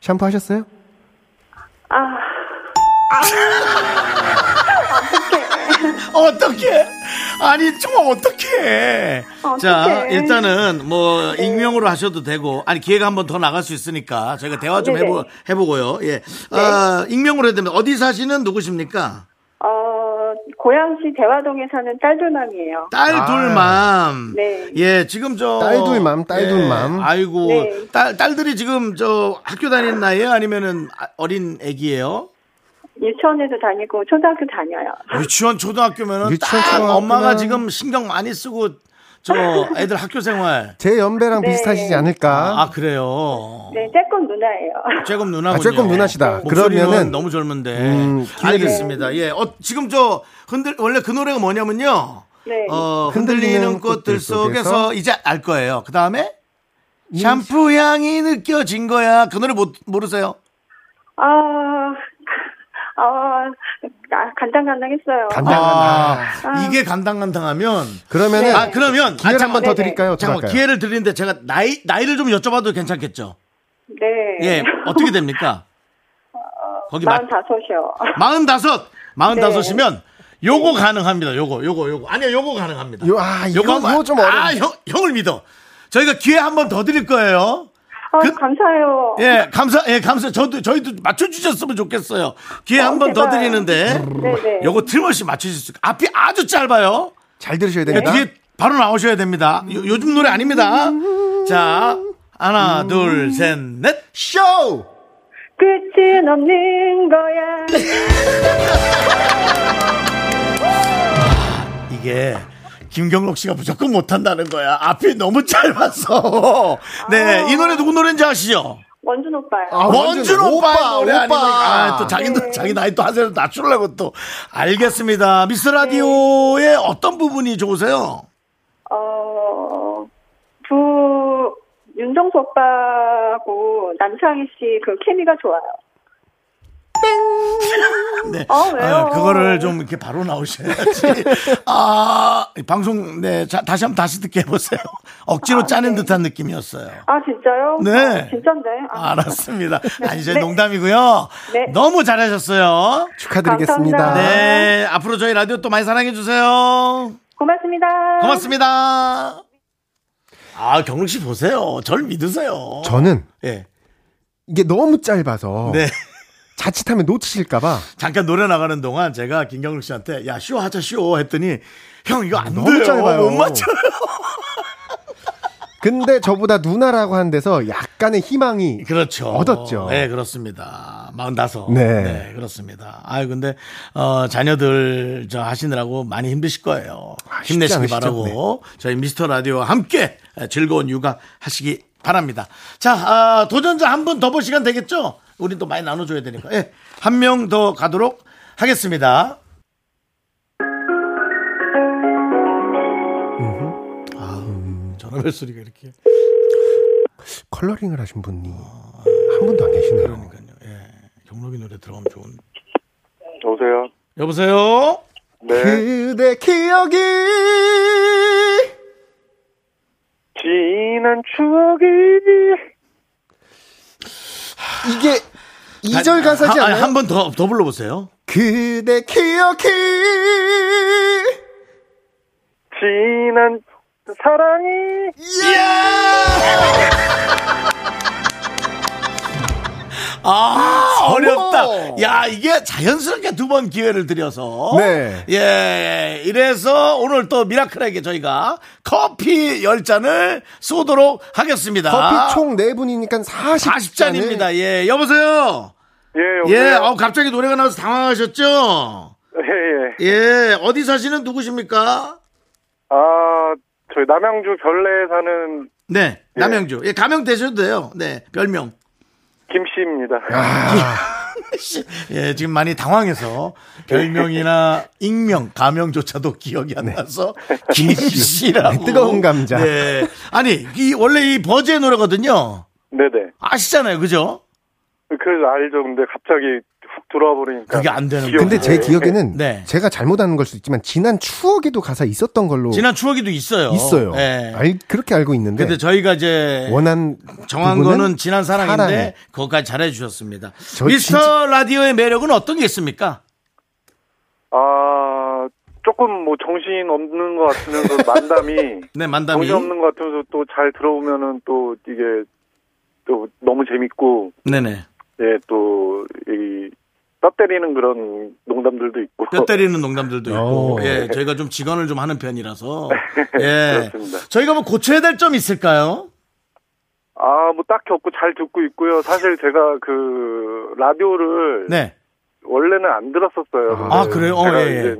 S2: 샴푸 하셨어요?
S1: 어떻게? 아니 정말 어떻게? 자
S4: 어떡해.
S1: 일단은 뭐 익명으로 하셔도 되고 아니 기회가 한 번 더 나갈 수 있으니까 저희가 대화 좀
S4: 네네. 네.
S1: 해보 해보고요. 예, 아, 익명으로 해야 됩니다. 어디 사시는 누구십니까?
S4: 어, 고양시 대화동에 사는 딸조남이에요.
S1: 딸
S2: 아.
S1: 둘맘.
S4: 네.
S1: 예, 지금 저. 예,
S2: 딸 둘맘, 딸 둘맘.
S1: 아이고.
S4: 네.
S1: 딸, 딸들이 지금 저 학교 다니는 나이에요? 아니면은 아- 어린 애기예요?
S4: 유치원에도 다니고 초등학교 다녀요.
S1: 유치원, 초등학교면은
S2: 유치원,
S1: 딱
S2: 초등학교는-
S1: 엄마가 지금 신경 많이 쓰고 저 애들 학교 생활.
S2: 제 연배랑
S4: 네.
S2: 비슷하시지 않을까?
S1: 아, 그래요.
S4: 네, 쬐끔 누나예요.
S1: 쬐금 누나군요.
S2: 아, 쬐끔 누나시다.
S1: 목소리는
S2: 그러면은-
S1: 너무 젊은데.
S2: 음, 기회를-
S1: 알겠습니다. 예. 어, 지금 저 흔들 원래 그 노래가 뭐냐면요.
S4: 네.
S1: 어, 흔들리는,
S2: 흔들리는
S1: 꽃들
S2: 꽃들
S1: 속에서
S2: 속에서
S1: 이제 알 거예요. 그 다음에 샴푸 향이 느껴진 거야. 그 노래 못, 모르세요?
S4: 아, 아, 아, 간당간당했어요.
S2: 간당-
S1: 아,
S4: 아.
S1: 이게 간당간당하면
S2: 그러면은
S1: 아 그러면
S2: 기회를
S1: 아,
S2: 한 번
S1: 잠깐만.
S2: 더 드릴까요?
S1: 잠깐만
S2: 어떡할까요?
S1: 기회를 드리는데 제가 나이 나이를 좀 여쭤봐도 괜찮겠죠?
S4: 네. 어,
S1: 예 어떻게 됩니까? 거기 맞
S4: 마흔다섯이요.
S1: 마흔다섯
S2: 네.
S1: 마흔다섯이면 요거 가능합니다. 요거 요거 요거 아니요 요거 가능합니다.
S2: 요- 아, 이거-
S1: 한번-
S2: 이거 좀 어려운데.
S1: 아, 형, 형을 믿어. 저희가 기회 한 번 더 드릴 거예요.
S4: 아,
S1: 그-
S4: 감사해요.
S1: 예, 감사, 예, 감사. 저도, 저희도 맞춰주셨으면 좋겠어요. 기회 한 번 더
S4: 제발.
S1: 드리는데,
S4: 네네.
S1: 요거 틀림없이 맞추실 수, 있- 앞이 아주 짧아요.
S2: 잘 들으셔야
S1: 예,
S2: 됩니다.
S1: 뒤에 바로 나오셔야 됩니다. 요, 요즘 노래 아닙니다. 자, 하나, 둘, 셋, 넷.
S2: 쇼!
S4: 끝은 없는 거야.
S1: 이게 김경록 씨가 무조건 못한다는 거야. 앞이 너무 짧아서. 네, 이 노래 누구 노래인지 아시죠?
S4: 원준 오빠요.
S2: 아,
S1: 원준
S2: 원준
S1: 오빠,
S2: 오빠,
S1: 노래 아닙니까?
S2: 오빠.
S1: 아, 또 자기, 자기 나이 또 하세요. 낮추려고 또. 알겠습니다. 미스 라디오의 어떤 부분이 좋으세요? 아.
S4: 어, 두, 윤정수 오빠하고 남창희 씨 그 케미가 좋아요.
S1: 네.
S4: 어, 왜요?
S1: 아, 그거를 좀 이렇게 바로 나오셔야지. 아, 방송, 네. 자, 다시 한번 다시 듣게 해보세요. 억지로 짜낸 듯한 느낌이었어요.
S4: 아, 진짜요?
S1: 네.
S4: 아, 진짠데. 아,
S1: 알았습니다. 아니, 저희
S4: 네.
S1: 농담이고요.
S4: 네.
S1: 너무 잘하셨어요.
S2: 축하드리겠습니다.
S4: 감사합니다.
S1: 네. 앞으로 저희 라디오 또 많이 사랑해주세요.
S4: 고맙습니다.
S1: 고맙습니다. 아, 경록 씨 보세요. 절 믿으세요.
S2: 저는
S1: 예.
S2: 이게 너무 짧아서
S1: 네.
S2: 자칫하면 놓치실까봐
S1: 잠깐 노래 나가는 동안 제가 김경록 씨한테 야, 쇼 하자, 쇼 했더니 형, 이거 안
S2: 너무
S1: 돼요.
S2: 짧아요.
S1: 네, 어, 못 맞춰요.
S2: 근데 저보다 누나라고 한 데서 약간의 희망이
S1: 그렇죠.
S2: 얻었죠.
S1: 네, 그렇습니다. 45. 네.
S2: 네.
S1: 그렇습니다. 아유, 근데, 어, 자녀들 저 하시느라고 많이 힘드실 거예요.
S2: 아, 쉽지
S1: 힘내시기
S2: 않으시죠? 네.
S1: 바라고. 저희 미스터 라디오와 함께 즐거운 육아 하시기 바랍니다. 자, 아, 도전자 한 분 더 볼 시간 되겠죠? 우린 또 많이 나눠줘야 되니까. 예. 한 명 더 가도록 하겠습니다. 아, 전화벨 소리가 이렇게.
S2: 컬러링을 하신 분이 한 분도 안 계시네요.
S1: 그러니까요. 예. 경록이 노래 들어가면 좋은.
S7: 여보세요?
S1: 여보세요?
S7: 네.
S2: 그대 기억이
S7: 지난 추억이
S2: 이게 2절 가사지 않나요?
S1: 한 번 더 더 불러보세요.
S2: 그대 기억이
S7: 지난 사랑이
S2: 음,
S1: 아 어렵다.
S2: 어머.
S1: 야 이게 자연스럽게 두 번 기회를 드려서
S2: 네.
S1: 예 이래서 오늘 또 미라클에게 저희가 커피 열 잔을 쏘도록 하겠습니다.
S2: 커피 총 4분이니까 40잔입니다.
S1: 아. 40잔입니다. 예 여보세요.
S7: 예, 여보세요?
S1: 예, 어, 갑자기 노래가 나와서 당황하셨죠?
S7: 예, 예.
S1: 예, 어디 사시는 누구십니까?
S7: 아, 저희 남양주 별내에 사는
S1: 네, 남양주. 예, 가명 되셔도 돼요. 네, 별명.
S7: 김씨입니다.
S1: 아. 씨, 예, 지금 많이 당황해서 별명이나 익명, 가명조차도 기억이 안 나서 김씨라고
S2: 네, 뜨거운 감자.
S1: 네. 아니, 이 원래 이 버즈의 노래거든요.
S7: 네네.
S1: 아시잖아요, 그죠?
S7: 그래서 알죠. 근데 갑자기
S5: 훅 들어와 버리니까
S1: 그게 안 되는 거예요.
S5: 귀엽고.
S2: 근데 제 기억에는
S1: 네.
S2: 제가 잘못하는 걸 수도 있지만 지난 추억에도 가사 있었던 걸로
S1: 지난 추억이도 어. 있어요.
S2: 있어요.
S1: 예.
S2: 알, 그렇게 알고 있는데
S1: 근데 저희가 이제
S2: 원한
S1: 정한
S2: 부분은
S1: 거는 지난 사랑인데
S2: 사랑이에요.
S1: 그것까지 잘해 주셨습니다.
S2: 저
S1: 미스터
S2: 진짜-
S1: 라디오의 매력은 어떤 게 있습니까?
S5: 아 조금 뭐 정신 없는 것 같으면서 만담이
S1: 네, 만담이.
S5: 정신 없는 것 같으면서 또 잘 들어보면은 또 이게 또 너무 재밌고 예,
S1: 네네.
S5: 예또이뼈 때리는 그런 농담들도 있고
S1: 뼈 때리는 농담들도 있고,
S2: 오.
S5: 어.
S1: 예, 저희가 좀 직언을 좀 하는 편이라서, 예.
S5: 그렇습니다.
S1: 저희가 뭐 고쳐야 될 점 있을까요?
S5: 아 뭐 딱히 없고 잘 듣고 있고요. 사실 제가 그 라디오를
S1: 네.
S5: 원래는 안 들었었어요. 근데
S1: 아, 그래요? 어,
S5: 제가
S1: 예, 예.
S5: 이제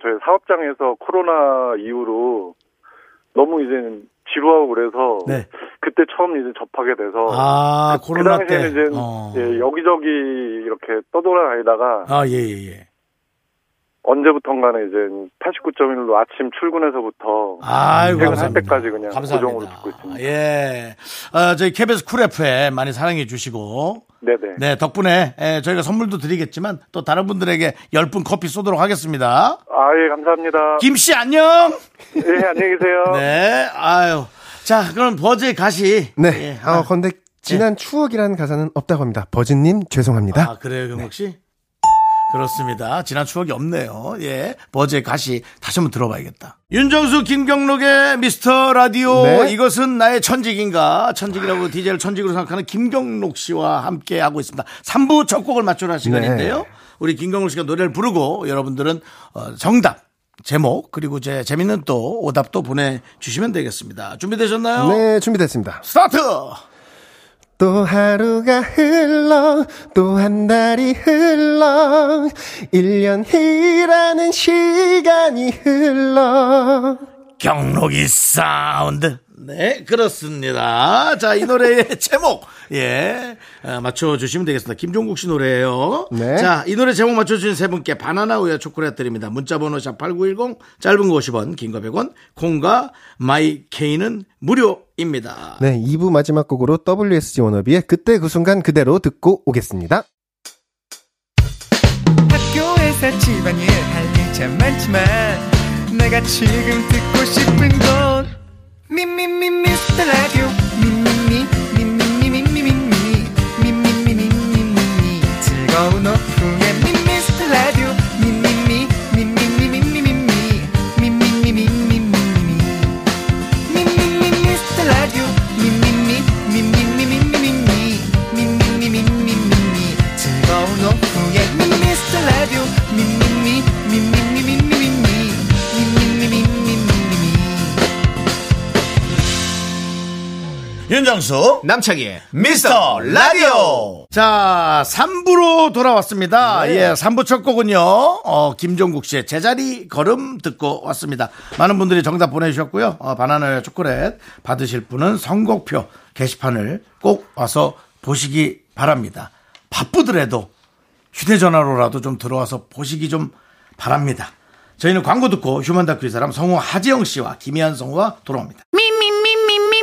S5: 저희 사업장에서 코로나 이후로 너무 이제 지루하고 그래서
S1: 네.
S5: 그때 처음 이제 접하게 돼서
S1: 아,
S5: 그
S1: 코로나 때.
S5: 당시에는 이제
S1: 어.
S5: 예, 여기저기 이렇게 떠돌아다니다가
S1: 아, 예, 예, 예.
S5: 언제부턴가는 이제 89.1로 아침 출근해서부터
S1: 아이고,
S5: 퇴근할
S1: 감사합니다.
S5: 때까지 그냥 고정으로
S1: 감사합니다.
S5: 듣고 있습니다.
S1: 예. 아, 저희 KBS 쿨 FM 많이 사랑해 주시고,
S5: 네네.
S1: 네, 덕분에 예, 저희가 선물도 드리겠지만 또 다른 분들에게 10분 커피 쏘도록 하겠습니다.
S5: 아, 예, 감사합니다.
S1: 김 씨 안녕.
S5: 예, 안녕히 계세요.
S1: 네. 아유. 자, 그럼 버즈의 가시.
S2: 네.
S1: 예,
S2: 아, 근데 지난 추억이라는 가사는 없다고 합니다. 버즈님 죄송합니다. 네.
S1: 아, 그래요, 경록 씨? 그렇습니다. 지난 추억이 없네요. 예. 버즈의 가시 다시 한번 들어봐야겠다. 윤정수, 김경록의 미스터 라디오.
S2: 네.
S1: 이것은 나의 천직인가? 천직이라고 DJ를 천직으로 생각하는 김경록 씨와 함께 하고 있습니다. 3부 첫 곡을 맞추는 시간인데요.
S2: 네.
S1: 우리 김경록 씨가 노래를 부르고 여러분들은 어, 정답. 제목 그리고 제 재밌는 또 오답도 보내주시면 되겠습니다. 준비되셨나요?
S2: 네, 준비됐습니다.
S1: 스타트.
S2: 또 하루가 흘러, 또 한 달이 흘러, 1년이라는 시간이 흘러.
S1: 경록이 사운드. 네, 그렇습니다. 자, 이 노래의 제목. 예. 어, 맞춰주시면 되겠습니다. 김종국 씨 노래예요
S2: 네.
S1: 자, 이 노래 제목 맞춰주신 세 분께 바나나 우유 초콜릿 드립니다. 문자번호 샵8910, 짧은 거 50원, 긴 거 100원, 콩과 마이 케이는 무료입니다.
S2: 네, 2부 마지막 곡으로 WSG 워너비의 그때 그 순간 그대로 듣고 오겠습니다.
S8: 학교에서 집안일 할 일 참 많지만 내가 지금 듣고 싶은 건 미미미 미스터 라디오 미미미 미미미 미미미 미미미 미미미 미미미 즐거운 오후에 미스터 라디오 미미미 미미미 미미미 미미미 미미미 미미미 미스터 라디오 미미미 미미미 미미미 미미미 미미미 즐거운 오후에 미스터 라디오 미미미 미미미 미미미 미미미 미미미
S1: 윤정수, 남창희의 미스터 라디오! 자, 3부로 돌아왔습니다. 예, 3부 첫 곡은요, 어, 김종국 씨의 제자리 걸음 듣고 왔습니다. 많은 분들이 정답 보내주셨고요. 어, 바나나와 초콜릿 받으실 분은 선곡표 게시판을 꼭 와서 보시기 바랍니다. 바쁘더라도 휴대전화로라도 좀 들어와서 보시기 좀 바랍니다. 저희는 광고 듣고 휴먼 다큐 이 사람 성우 하지영 씨와 김희한 성우가 돌아옵니다.
S9: Me, me, me, me,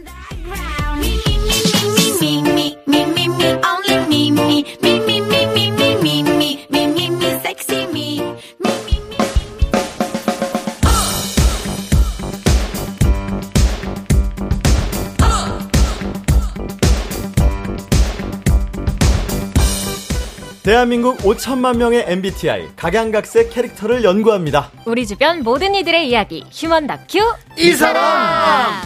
S9: Me, me, me, me, me, me, me, me, me, only me, me, me, me, me, me, me, me, me, me, me, me, sexy me, me, me, me.
S10: 대한민국 5천만 명의 MBTI 각양각색 캐릭터를 연구합니다.
S11: 우리 주변 모든 이들의 이야기 휴먼 다큐
S10: 이 사람!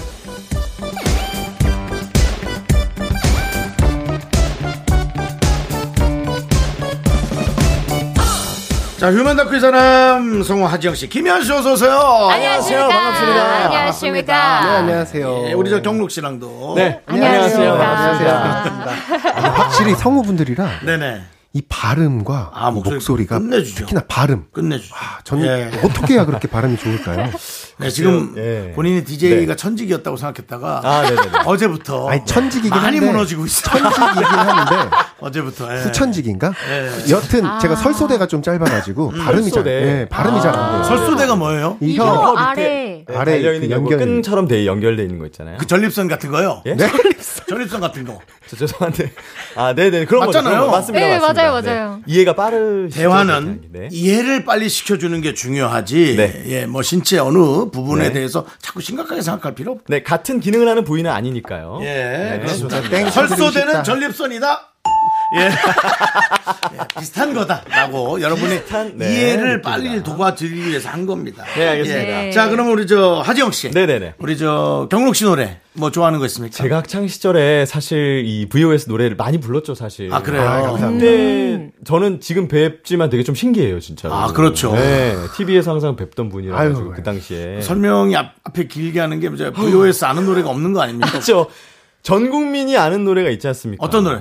S1: 자, 휴먼 다큐 이 사람 성우 하지영 씨, 김현 씨 어서 오세요.
S11: 안녕하십니까.
S1: 반갑습니다.
S11: 안녕하십니까.
S1: 반갑습니다.
S11: 네,
S1: 예, 우리 저 경록 씨랑도.
S2: 네,
S11: 안녕하세요. 안녕하세요.
S2: 아, 확실히 성우분들이라
S1: 네네.
S2: 이 발음과 그 목소리, 가 특히나 발음
S1: 끝내주죠.
S2: 아, 저는
S1: 예.
S2: 어떻게 해야 그렇게 발음이 좋을까요?
S1: 네, 지금
S2: 글쎄요. 예.
S1: 본인이 DJ가 천직이었다고 생각했다가
S2: 아, 네네네.
S1: 어제부터
S2: 아니, 천직이긴
S1: 많이
S2: 한데
S1: 무너지고 있어.
S2: 천직이긴 한데
S1: 어제부터 예.
S2: 후천직인가?
S1: 예.
S2: 여튼 제가 설소대가 좀 짧아가지고
S1: 음,
S2: 발음이 잘,
S10: 설소대.
S2: 예, 발음이 잘 안 돼요.
S1: 설소대가 뭐예요?
S2: 이
S10: 혀
S2: 혀
S1: 네.
S10: 밑에
S2: 아래
S10: 네, 달려 있는
S2: 그
S10: 거
S2: 연결.
S10: 끈처럼 돼 연결돼 있는 거 있잖아요.
S1: 그 전립선 같은 거요? 네?
S10: 예?
S1: 전립선. 전립선 같은 거.
S10: 저 죄송한데 아 네네 그런 거죠.
S1: 맞잖아요.
S10: 그런 거 맞습니다.
S1: 네,
S10: 맞습니다.
S1: 맞아요, 맞아요.
S10: 네. 이해가 빠르시죠. 네.
S1: 대화는 이해를 빨리 시켜주는 게 중요하지. 예, 뭐 신체 어느 부분에
S10: 네.
S1: 대해서 자꾸 심각하게 생각할 필요 없.
S10: 네 같은 기능을 하는 부위는 아니니까요.
S1: 예,
S10: 네,
S1: 그렇습니다.
S10: 좋습니다.
S1: 설소대는 전립선이다. 예. 예, 비슷한 거다라고 여러분이
S10: 네,
S1: 이해를 빨리 도와드리기 위해서 한 겁니다.
S10: 네, 알겠습니다.
S1: 예. 자, 그러면 우리 저 하지영 씨.
S10: 네네네.
S1: 우리 저 경록 씨 노래 뭐 좋아하는 거 있습니까?
S10: 제가 학창 시절에 사실 이 VOS 노래를 많이 불렀죠, 사실.
S1: 아, 그래요? 감사합니다.
S4: 음.
S10: 근데 저는 지금 뵙지만 되게 좀 신기해요, 진짜.
S1: 아, 그렇죠.
S10: 네. TV에서 항상 뵙던 분이라
S1: 아유,
S10: 가지고 그 당시에.
S1: 설명이 앞, 앞에 길게 하는 게 이제 VOS 아는 노래가 없는 거 아닙니까?
S10: 어. 그렇죠. 전 국민이 아는 노래가 있지 않습니까?
S1: 어떤 노래?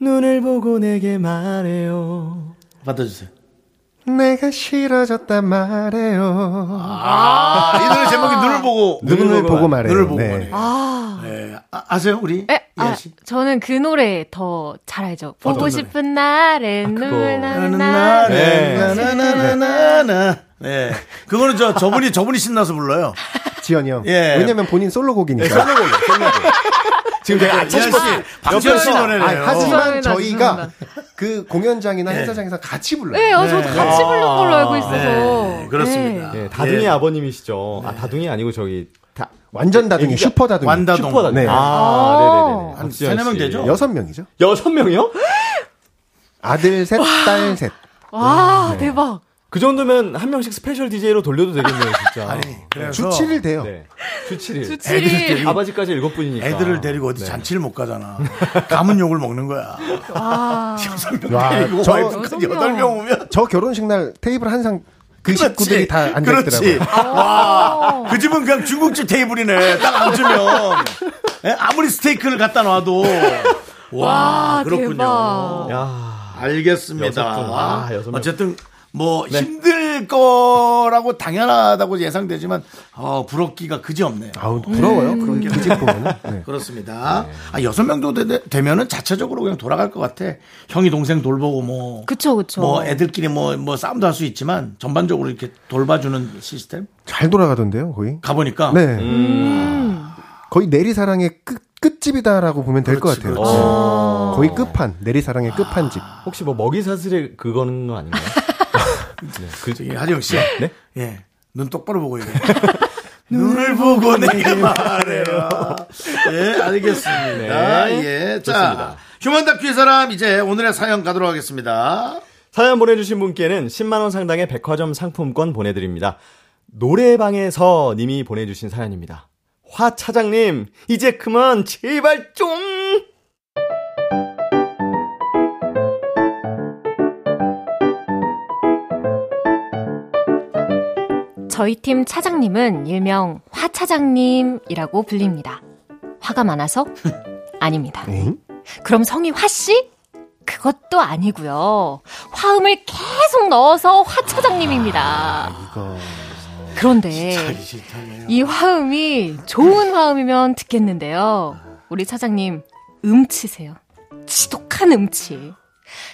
S10: 눈을 보고 내게 말해요.
S1: 받아주세요.
S2: 내가 싫어졌단 말해요.
S1: 아, 이 노래 제목이 눈을 보고
S2: 눈을 보고 말해요.
S1: 눈을 보고
S2: 네.
S1: 말해요.
S11: 아,
S1: 예. 아, 아세요, 우리?
S11: 아,
S1: 이해 씨?
S11: 저는 그 노래 더 잘 알죠. 보고
S1: 노래?
S11: 싶은 날에 눈을 나는
S1: 나는
S11: 날에
S1: 나나나나나. 네. 그거는 저 저분이 저분이 신나서 불러요.
S2: 지연이 형.
S1: 예.
S2: 왜냐면 본인 솔로곡이니까.
S10: 지금 제가 아차
S1: 지연 씨,
S10: 싶었어요.
S1: 박지현 씨
S10: 옆에서.
S1: 노래네요.
S2: 아니, 하지만
S11: 죄송합니다,
S2: 저희가 그 공연장이나
S1: 예.
S2: 행사장에서 같이 불러요.
S11: 네, 어, 저도 같이
S10: 아.
S11: 부른 걸로 알고 있어서.
S1: 네, 그렇습니다.
S10: 네, 다둥이
S1: 예.
S10: 아버님이시죠. 아, 다둥이 아니고 저기. 다,
S2: 완전 다둥이,
S10: 애기가-
S2: 슈퍼 다둥이.
S1: 완다동.
S10: 슈퍼 다둥이.
S2: 네.
S10: 아, 네네네.
S1: 한 세네 명 되죠?
S2: 여섯 명이죠.
S10: 여섯 명이요?
S2: 아들 셋, 딸 셋.
S11: 와, 대박.
S10: 그 정도면 한 명씩 스페셜 DJ로 돌려도 되겠네요, 진짜.
S2: 주 7일 돼요.
S10: 네. 주 7일.
S11: 주 칠일. 애들 데리고-
S10: 아버지까지 일곱 분이니까.
S1: 애들을 데리고
S2: 네.
S1: 어디 잔치를 못 가잖아. 감은 욕을 먹는 거야.
S11: 와.
S2: 와,
S1: 데리고
S2: 저-
S1: 와이프까지
S11: 무섭네요.
S1: 여덟 명 오면
S2: 저 결혼식 날 테이블 항상 그
S1: 그렇지.
S2: 식구들이 다
S1: 그렇지.
S2: 앉아있더라고요.
S1: 와, 그 집은 그냥 중국집 테이블이네. 딱 앉으면 예? 아무리 스테이크를 갖다 놔도 와,
S11: 와,
S1: 그렇군요.
S11: 대박.
S10: 야,
S1: 알겠습니다.
S10: 여섯 분. 아, 여섯 명.
S1: 어쨌든 뭐
S10: 네.
S1: 힘들 거라고 당연하다고 예상되지만 어, 부럽기가 그지 없네요.
S2: 아우, 부러워요. 그런 게. 그집 보면은. 네.
S1: 그렇습니다. 아 여섯 명도 되, 면은 자체적으로 그냥 돌아갈 것 같아. 형이 동생 돌보고 뭐.
S11: 그쵸, 그쵸.
S1: 뭐 애들끼리 뭐, 뭐 싸움도 할 수 있지만 전반적으로 이렇게 돌봐주는 시스템
S2: 잘 돌아가던데요, 거의.
S1: 가보니까
S2: 네.
S1: 음.
S2: 아. 거의 내리사랑의 끝, 끝집이다라고 보면 될 것 같아요.
S1: 그렇지.
S2: 네. 거의 끝판. 내리사랑의 끝판집.
S10: 혹시 뭐 먹이 사슬에 그거는 아닌가요? 네, 그,
S1: 저기 하지영 씨,
S10: 네?
S1: 예, 눈 똑바로 보고 얘기해. 눈을 보고 내게 말해요. 예, 알겠습니다. 예, 자,
S10: 좋습니다.
S1: 휴먼 다큐의 사람 이제 오늘의 사연 가도록 하겠습니다.
S10: 사연 보내주신 분께는 10만원 상당의 백화점 상품권 보내드립니다. 노래방에서 님이 보내주신 사연입니다. 화 차장님, 이제 그만 제발 좀!
S11: 저희 팀 차장님은 일명 화 차장님이라고 불립니다. 화가 많아서? 아닙니다. 그럼 성이 화 씨? 그것도 아니고요. 화음을 계속 넣어서 화 차장님입니다. 그런데 이 화음이 좋은 화음이면 듣겠는데요. 우리 차장님 음치세요. 지독한 음치.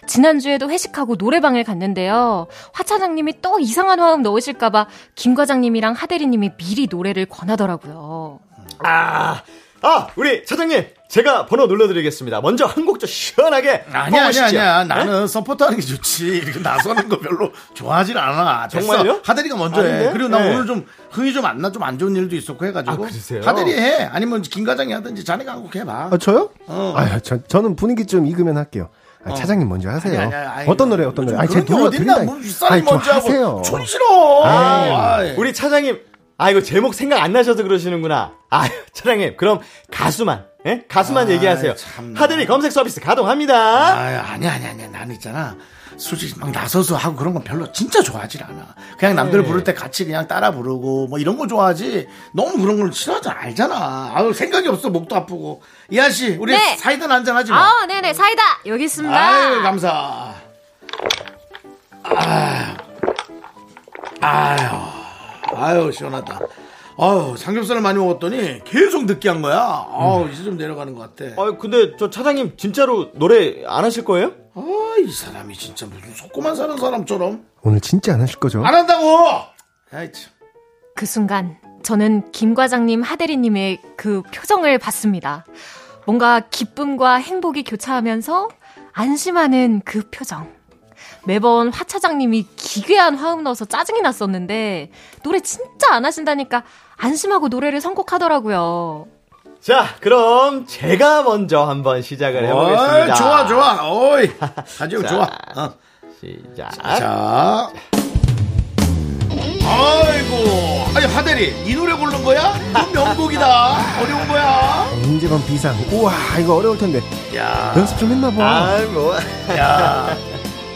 S11: 지난주에도 회식하고 노래방을 갔는데요. 화 차장님이 또 이상한 화음 넣으실까봐 김 과장님이랑 하 대리님이 미리 노래를 권하더라고요.
S10: 아, 아, 우리 차장님, 제가 번호 눌러드리겠습니다. 먼저 한 곡 좀 시원하게.
S1: 아니야,
S10: 뽑으시죠.
S1: 아니야, 아니야.
S10: 네?
S1: 나는 서포트하는 게 좋지. 이렇게 나서는 거 별로 좋아하진 않아. 됐어.
S10: 정말요?
S1: 하대리가 먼저 해.
S10: 아닌데?
S1: 그리고 나
S10: 네.
S1: 오늘 좀 흥이 좀 안 나, 좀 안 좋은 일도 있었고 해가지고.
S10: 아, 그러세요?
S1: 하대리 해. 아니면 김 과장이 하든지 자네가 한곡 해봐.
S2: 아, 저요?
S1: 어.
S2: 아유, 저, 저는 분위기 좀 익으면 할게요. 아, 차장님 먼저 하세요.
S1: 아니, 아니, 아니,
S2: 어떤 노래 어떤 노래? 아니 제
S1: 그런
S2: 노래
S1: 게 어딨나?
S2: 들리나?
S1: 뭐 윗사람이
S2: 좀
S1: 먼저 하고
S2: 하세요.
S1: 촌스러워.
S10: 아,
S1: 아이.
S10: 우리 차장님, 아, 이거 제목 생각 안 나셔서 그러시는구나. 아, 차장님, 그럼 가수만, 예? 가수만
S1: 아,
S10: 얘기하세요.
S1: 참나.
S10: 하드리 검색 서비스 가동합니다.
S1: 아, 아니 아니 아니 나는 있잖아. 솔직히 막 나서서 하고 그런 건 별로 진짜 좋아하지 않아. 그냥 남들
S10: 네.
S1: 부를 때 같이 그냥 따라 부르고 뭐 이런 거 좋아하지. 너무 그런 걸 싫어하지 않아. 알잖아. 아유 생각이 없어 목도 아프고. 이한 씨 우리
S11: 네.
S1: 사이다 한잔 하지 마.
S11: 아, 네네 사이다 여기 있습니다.
S1: 아유 네, 감사. 아유 아유 시원하다. 아유 삼겹살을 많이 먹었더니 계속 느끼한 거야. 아우 이제 좀 내려가는 것 같아.
S10: 음. 아, 근데 저 차장님 진짜로 노래 안 하실 거예요?
S1: 아 이 사람이 진짜 무슨 속고만 사는 사람처럼
S2: 오늘 진짜 안 하실 거죠?
S1: 안 한다고. 아이 참.
S11: 그 순간 저는 김 과장님, 하대리님의 그 표정을 봤습니다. 뭔가 기쁨과 행복이 교차하면서 안심하는 그 표정. 매번 화 차장님이 기괴한 화음 넣어서 짜증이 났었는데 노래 진짜 안 하신다니까 안심하고 노래를 선곡하더라고요.
S10: 자, 그럼 제가 먼저 한번 시작을 네, 해보겠습니다.
S1: 어이, 좋아, 좋아. 오이. 가지고
S10: 자,
S1: 좋아. 어.
S10: 시작.
S1: 자. 아이고. 아니, 하대리. 이 노래 고른 거야? 이건 명곡이다. 어려운 거야.
S2: 문제건 아, 비상. 우와 이거 어려울 텐데.
S1: 야.
S2: 연습 좀 했나 봐.
S1: 예,
S10: 아, 뭐.
S1: 야.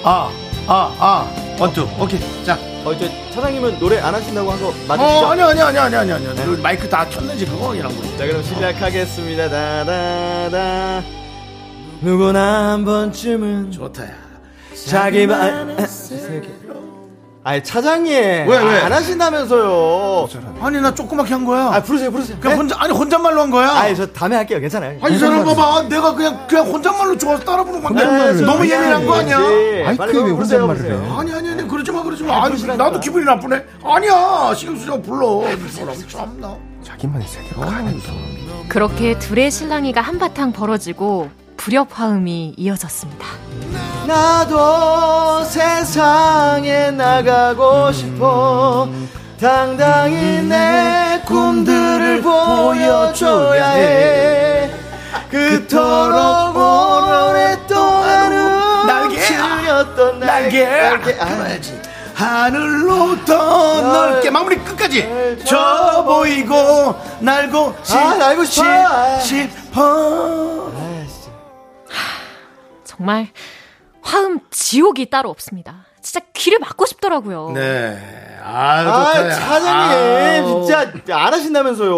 S1: 아, 아, 아. 원투. 오케이. 자.
S10: 어, 저 차장님은 노래 안 하신다고 한 거 맞으시죠? 네.
S1: 어, 아니, 아니, 아니, 아니, 아니, 아니. 너 마이크 다 켰는지 그거 이런 거.
S10: 자, 그럼 시작하겠습니다. 다다다. 누구나 한 번쯤은
S1: 좋다. 야.
S10: 자기만 아, 아니 차장님 아,
S1: 왜?
S10: 안 하신다면서요?
S1: 아니, 나 조그맣게 한 거야.
S10: 아 부르세요 부르세요.
S1: 그냥 혼자, 아니, 혼잣말로 한 거야.
S10: 아니 저 다음에 할게요 괜찮아요.
S1: 아니, 이 사람 봐봐. 내가 그냥, 그냥 혼잣말로 좋아서 따라 부른 건데.
S10: 혼잣말로.
S1: 너무 예민한 거 아니야?
S2: 아이크에 왜 혼잣말을 해?
S1: 아니 아니 아니 그러지 마 그러지 마 아니 나도 기분이 나쁘네 아니야 신경 쓰지 마 불러 이 사람 참나
S2: 자기만 세게 가는
S11: 그렇게 둘의 실랑이가 한바탕 벌어지고 불협 화음이 이어졌습니다.
S10: 나도 세상에 나가고 싶어 당당히 내 음. 꿈들을 보여줘야 해그 그토록 오랫동안
S1: 날개.
S10: 움츠렸던 날개 아,
S1: 그래야지 하늘로 더 넓게 마무리 끝까지 저 보이고 날고
S10: 아, 날고 싶어.
S1: 싶- 싶어
S11: 정말 화음 지옥이 따로 없습니다. 진짜 귀를 막고 싶더라고요.
S1: 네 아유
S10: 아,
S1: 좋다 야.
S10: 차장님
S1: 아우.
S10: 진짜 안 하신다면서요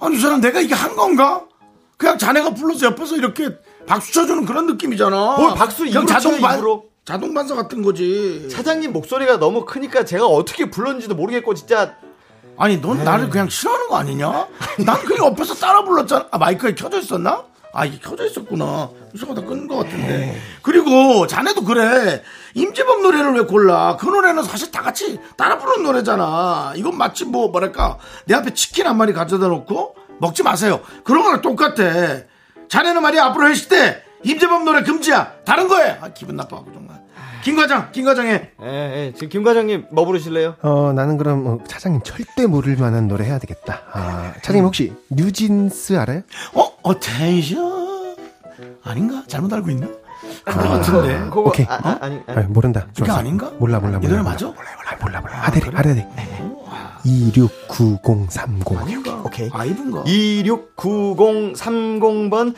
S1: 아니 이 사람 내가 이게 한 건가 그냥 자네가 불러서 옆에서 이렇게 박수 쳐주는 그런 느낌이잖아
S10: 뭘 박수
S1: 그냥
S10: 입으로
S1: 자동
S10: 쳐요,
S1: 반
S10: 입으로?
S1: 자동 반사 같은 거지
S10: 차장님 목소리가 너무 크니까 제가 어떻게 불렀는지도 모르겠고 진짜
S1: 아니 넌 나를 그냥 싫어하는 거 아니냐? 난 그냥 옆에서 따라 불렀잖아. 아 마이크가 켜져 있었나? 아 이게 켜져 있었구나. 이상하다 끄는 것 같은데. 그리고 자네도 그래. 임지범 노래를 왜 골라? 그 노래는 사실 다 같이 따라 부른 노래잖아. 이건 마치 뭐 뭐랄까 내 앞에 치킨 한 마리 가져다 놓고 먹지 마세요. 그런 거랑 똑같아. 자네는 말이야 앞으로 회식 때 임지범 노래 금지야. 다른 거에 아 기분 나빠하고 정말. 김 과장, 김 과장에
S10: 예, 예. 지금 김 과장님 뭐 부르실래요?
S2: 어 나는 그럼 어, 차장님 절대 모를 만한 노래 해야 되겠다. 아, 차장님 혹시 뉴진스 알아요?
S1: 어 어텐션 아닌가? 잘못 알고 있나? 그거 같은데.
S10: 그거
S2: 오케이.
S10: 아, 아, 아니,
S2: 아,
S10: 아니.
S2: 모른다.
S1: 이게
S2: 좋았어.
S1: 아닌가?
S2: 몰라 몰라
S1: 이
S2: 몰라.
S1: 노래
S2: 몰라.
S1: 맞아?
S2: 몰라 몰라 몰라 몰라. 아대리 아대리. 269030.
S10: 오케이.
S1: 아이브인가?
S10: 269030번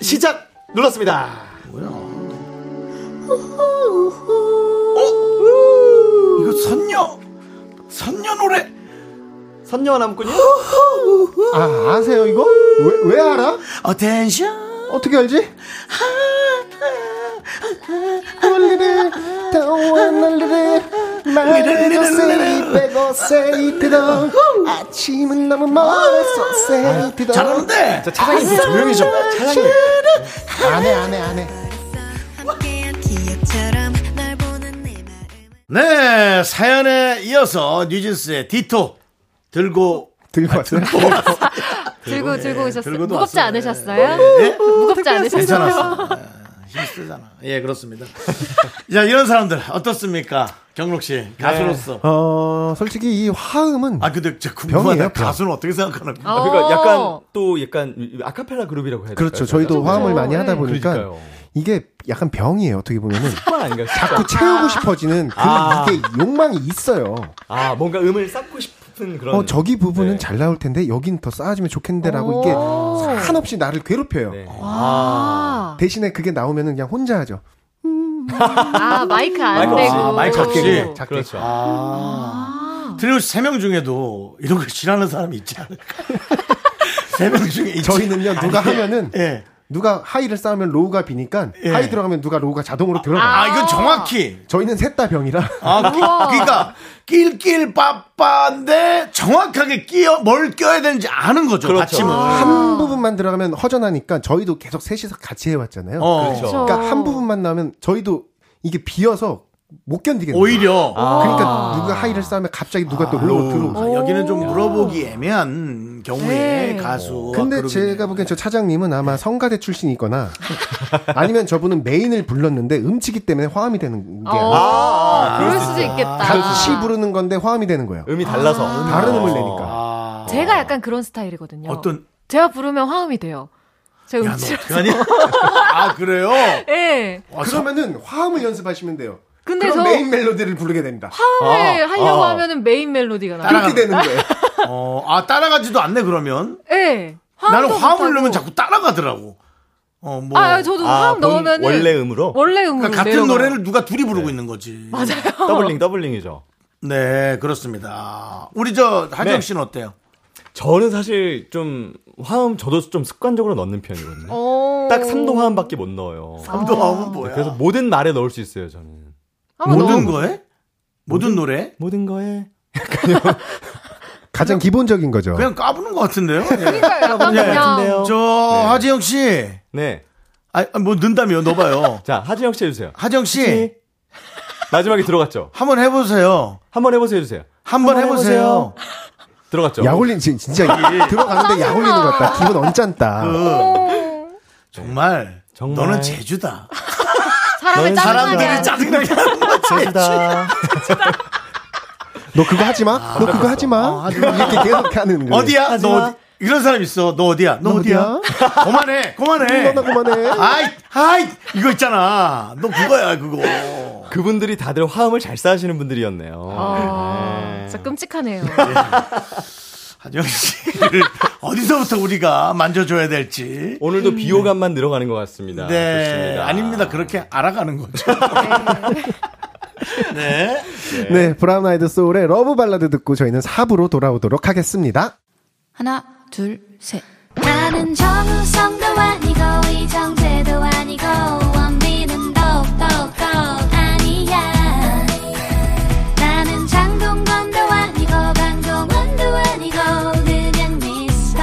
S10: 시작 눌렀습니다.
S1: 어? 이거 선녀 선녀 노래
S10: 선녀와 남군요?
S2: 어. 아 아세요 이거? 왜 왜 알아?
S1: 어, 어텐션
S2: 어떻게 알지? 원리를 더원 원리를 말해도 say 빼고 say 들어 아침은 너무 멀어서 say 들어
S1: 잘하는데 네!
S10: 자, 차장님 조용히 좀. 차장님.
S2: 안해 안해 안해
S1: 네 사연에 이어서 뉴진스의 디토 들고
S2: 들고 왔어
S11: 들고 네. 들고 오셨어요.
S1: 들고도
S11: 무겁지
S1: 왔어요.
S11: 않으셨어요?
S1: 네?
S11: 무겁지 않으셨어요?
S1: 괜찮았어 힘 쓰잖아 예 그렇습니다 자 이런 사람들 어떻습니까 경록 씨 가수로서
S2: 어 솔직히 이 화음은
S1: 아 근데 저 궁금하다
S2: 병이에요, 병.
S1: 가수는 어떻게 생각하는 거야
S10: 아, 그러니까 약간 또 약간 아카펠라 그룹이라고 해야 될까요?
S2: 그렇죠 저희도
S10: 저희가?
S2: 화음을 많이 하다 보니까
S10: 그러니까요.
S2: 이게 약간 병이에요. 어떻게 보면은
S10: 습관 아닌가요? 습관?
S2: 자꾸 채우고 싶어지는 그
S10: 아.
S2: 이게 욕망이 있어요.
S10: 아 뭔가 음을 쌓고 싶은 그런
S2: 어 저기 부분은 잘 나올 텐데 여긴 더 쌓아주면 좋겠는데라고 이게 한없이 나를 괴롭혀요.
S11: 아.
S2: 대신에 그게 나오면은 그냥 혼자 하죠.
S11: 아, 마이크 안 되고.
S2: 어, 작게, 아, 작게.
S1: 그렇죠. 드리오 세명 중에도 이런 걸 싫어하는 사람이 있지 않을까? 세 명 중에 있지.
S2: 저희는요 누가
S1: 아니,
S2: 하면은
S1: 아, 예.
S2: 누가 하이를 쌓으면 로우가 비니까
S1: 예.
S2: 하이 들어가면 누가 로우가 자동으로 들어가.
S1: 아, 이건 정확히.
S2: 저희는 셋 다 병이라.
S1: 아, 끼- 그러니까 낄낄 빠빠인데 정확하게 끼어 뭘 껴야 되는지 아는 거죠.
S2: 그렇죠.
S11: 어.
S1: 받침을.
S2: 한 부분만 들어가면 허전하니까 저희도 계속 셋이서 같이 해왔잖아요.
S1: 어. 그렇죠.
S2: 그러니까 한 부분만 나오면 저희도 이게 비어서 못 견디겠는
S1: 오히려.
S2: 거예요. 그러니까
S1: 아.
S2: 누가 하이를 쌓으면 갑자기 누가 또 로우 들어오고.
S1: 여기는 좀 물어보기 애매한
S11: 네.
S1: 경우에 가수. 아,
S2: 근데 제가 보기엔 저 차장님은
S1: 네.
S2: 아마 성가대 출신이거나 아니면 저분은 메인을 불렀는데 음치기 때문에 화음이 되는 게
S11: 어. 아, 그럴 수도 있겠다.
S2: 같이 부르는 건데 화음이 되는 거예요.
S10: 음이 달라서.
S2: 다른
S1: 아.
S2: 음을
S10: 어.
S2: 내니까.
S11: 제가 약간 그런 스타일이거든요.
S2: 어떤-
S11: 제가 부르면 화음이 돼요. 제가 음치라서.
S1: 아, 그래요?
S11: 예.
S1: 아,
S2: 그러면은 화음을 연습하시면 돼요.
S11: 근데
S2: 그럼
S11: 저-
S2: 메인 멜로디를 부르게 됩니다.
S11: 화음을 하려고 하면은 메인 멜로디가 나와요.
S2: 그렇게 되는 거예요.
S1: 어, 아, 따라가지도 않네, 그러면.
S11: 예.
S1: 나는
S11: 화음도
S1: 화음을
S11: 못하고.
S1: 넣으면 자꾸 따라가더라고. 어, 뭐.
S11: 아, 저도 화음 넣으면은 원래 음으로
S1: 그러니까 같은
S11: 내려가요. 네.
S1: 노래를 누가 둘이 부르고 있는 거지.
S11: 맞아요.
S10: 더블링 더블링이죠.
S1: 네, 그렇습니다. 우리 저 하정 씨는 어때요?
S10: 저는 사실 좀 화음 저도 좀 습관적으로 넣는 편이거든요.
S2: 어.
S11: 오.
S10: 딱 삼도 화음밖에 못 넣어요.
S1: 삼도 화음은 뭐야?
S10: 그래서 모든 말에 넣을 수 있어요, 저는.
S11: 한번
S1: 모든
S11: 넣어.
S1: 거에? 모든 노래?
S10: 모든 거에
S2: 가장 기본적인 거죠.
S1: 그냥 까부는 것 같은데요?
S11: 그러니까
S2: 아,
S11: 약간
S1: 네.
S11: 그냥
S1: 저 하지영 씨.
S10: 네.
S1: 아, 뭐 넣는다며 넣어봐요.
S10: 자, 하진영 씨 해주세요.
S1: 하정 씨,
S10: 마지막에 들어갔죠.
S1: 한번 해보세요.
S10: 한번 해보세요, 해주세요.
S1: 한번 해보세요.
S10: 들어갔죠.
S2: 약올린 지- 진짜
S1: 아, 예.
S2: 이- 들어가는데 약올리는 것 같다. 기분 언짢다.
S1: 그 정말,
S10: 정말.
S1: 너는 제주다.
S11: 사람을 짜증나게
S1: 사람들이
S11: 하는
S1: 짜증나게 하는 거지.
S10: 제주다.
S2: 너 그거 하지 마.
S1: 아,
S2: 너
S1: 그렇죠.
S2: 그거 하지 마. 이렇게 계속 하는 그 거.
S1: 네. 어디야? 너 어디- 이런 사람 있어. 너 어디야? 너,
S2: 너
S1: 어디야? 그만해, 그만해.
S2: 너나 그만해.
S1: 아이, 아이, 이거 있잖아. 너 그거야, 그거.
S10: 그분들이 다들 화음을 잘 쌓으시는 분들이었네요.
S11: 아, 진짜 끔찍하네요.
S1: 하정 씨를 어디서부터 우리가 만져줘야 될지.
S10: 오늘도 비호감만 늘어가는 것 같습니다.
S1: 네,
S10: 좋습니다.
S1: 아닙니다. 그렇게 알아가는 거죠. 네.
S2: 네, 브라운 아이드 소울의 러브 발라드 듣고 저희는 4부로 돌아오도록 하겠습니다.
S12: 하나, 둘, 셋.
S13: 나는 정우성도 아니고 이정재도 아니고 원빈은 더욱더 아니야 나는 장동건도 아니고 강동원도 아니고 그냥 미스터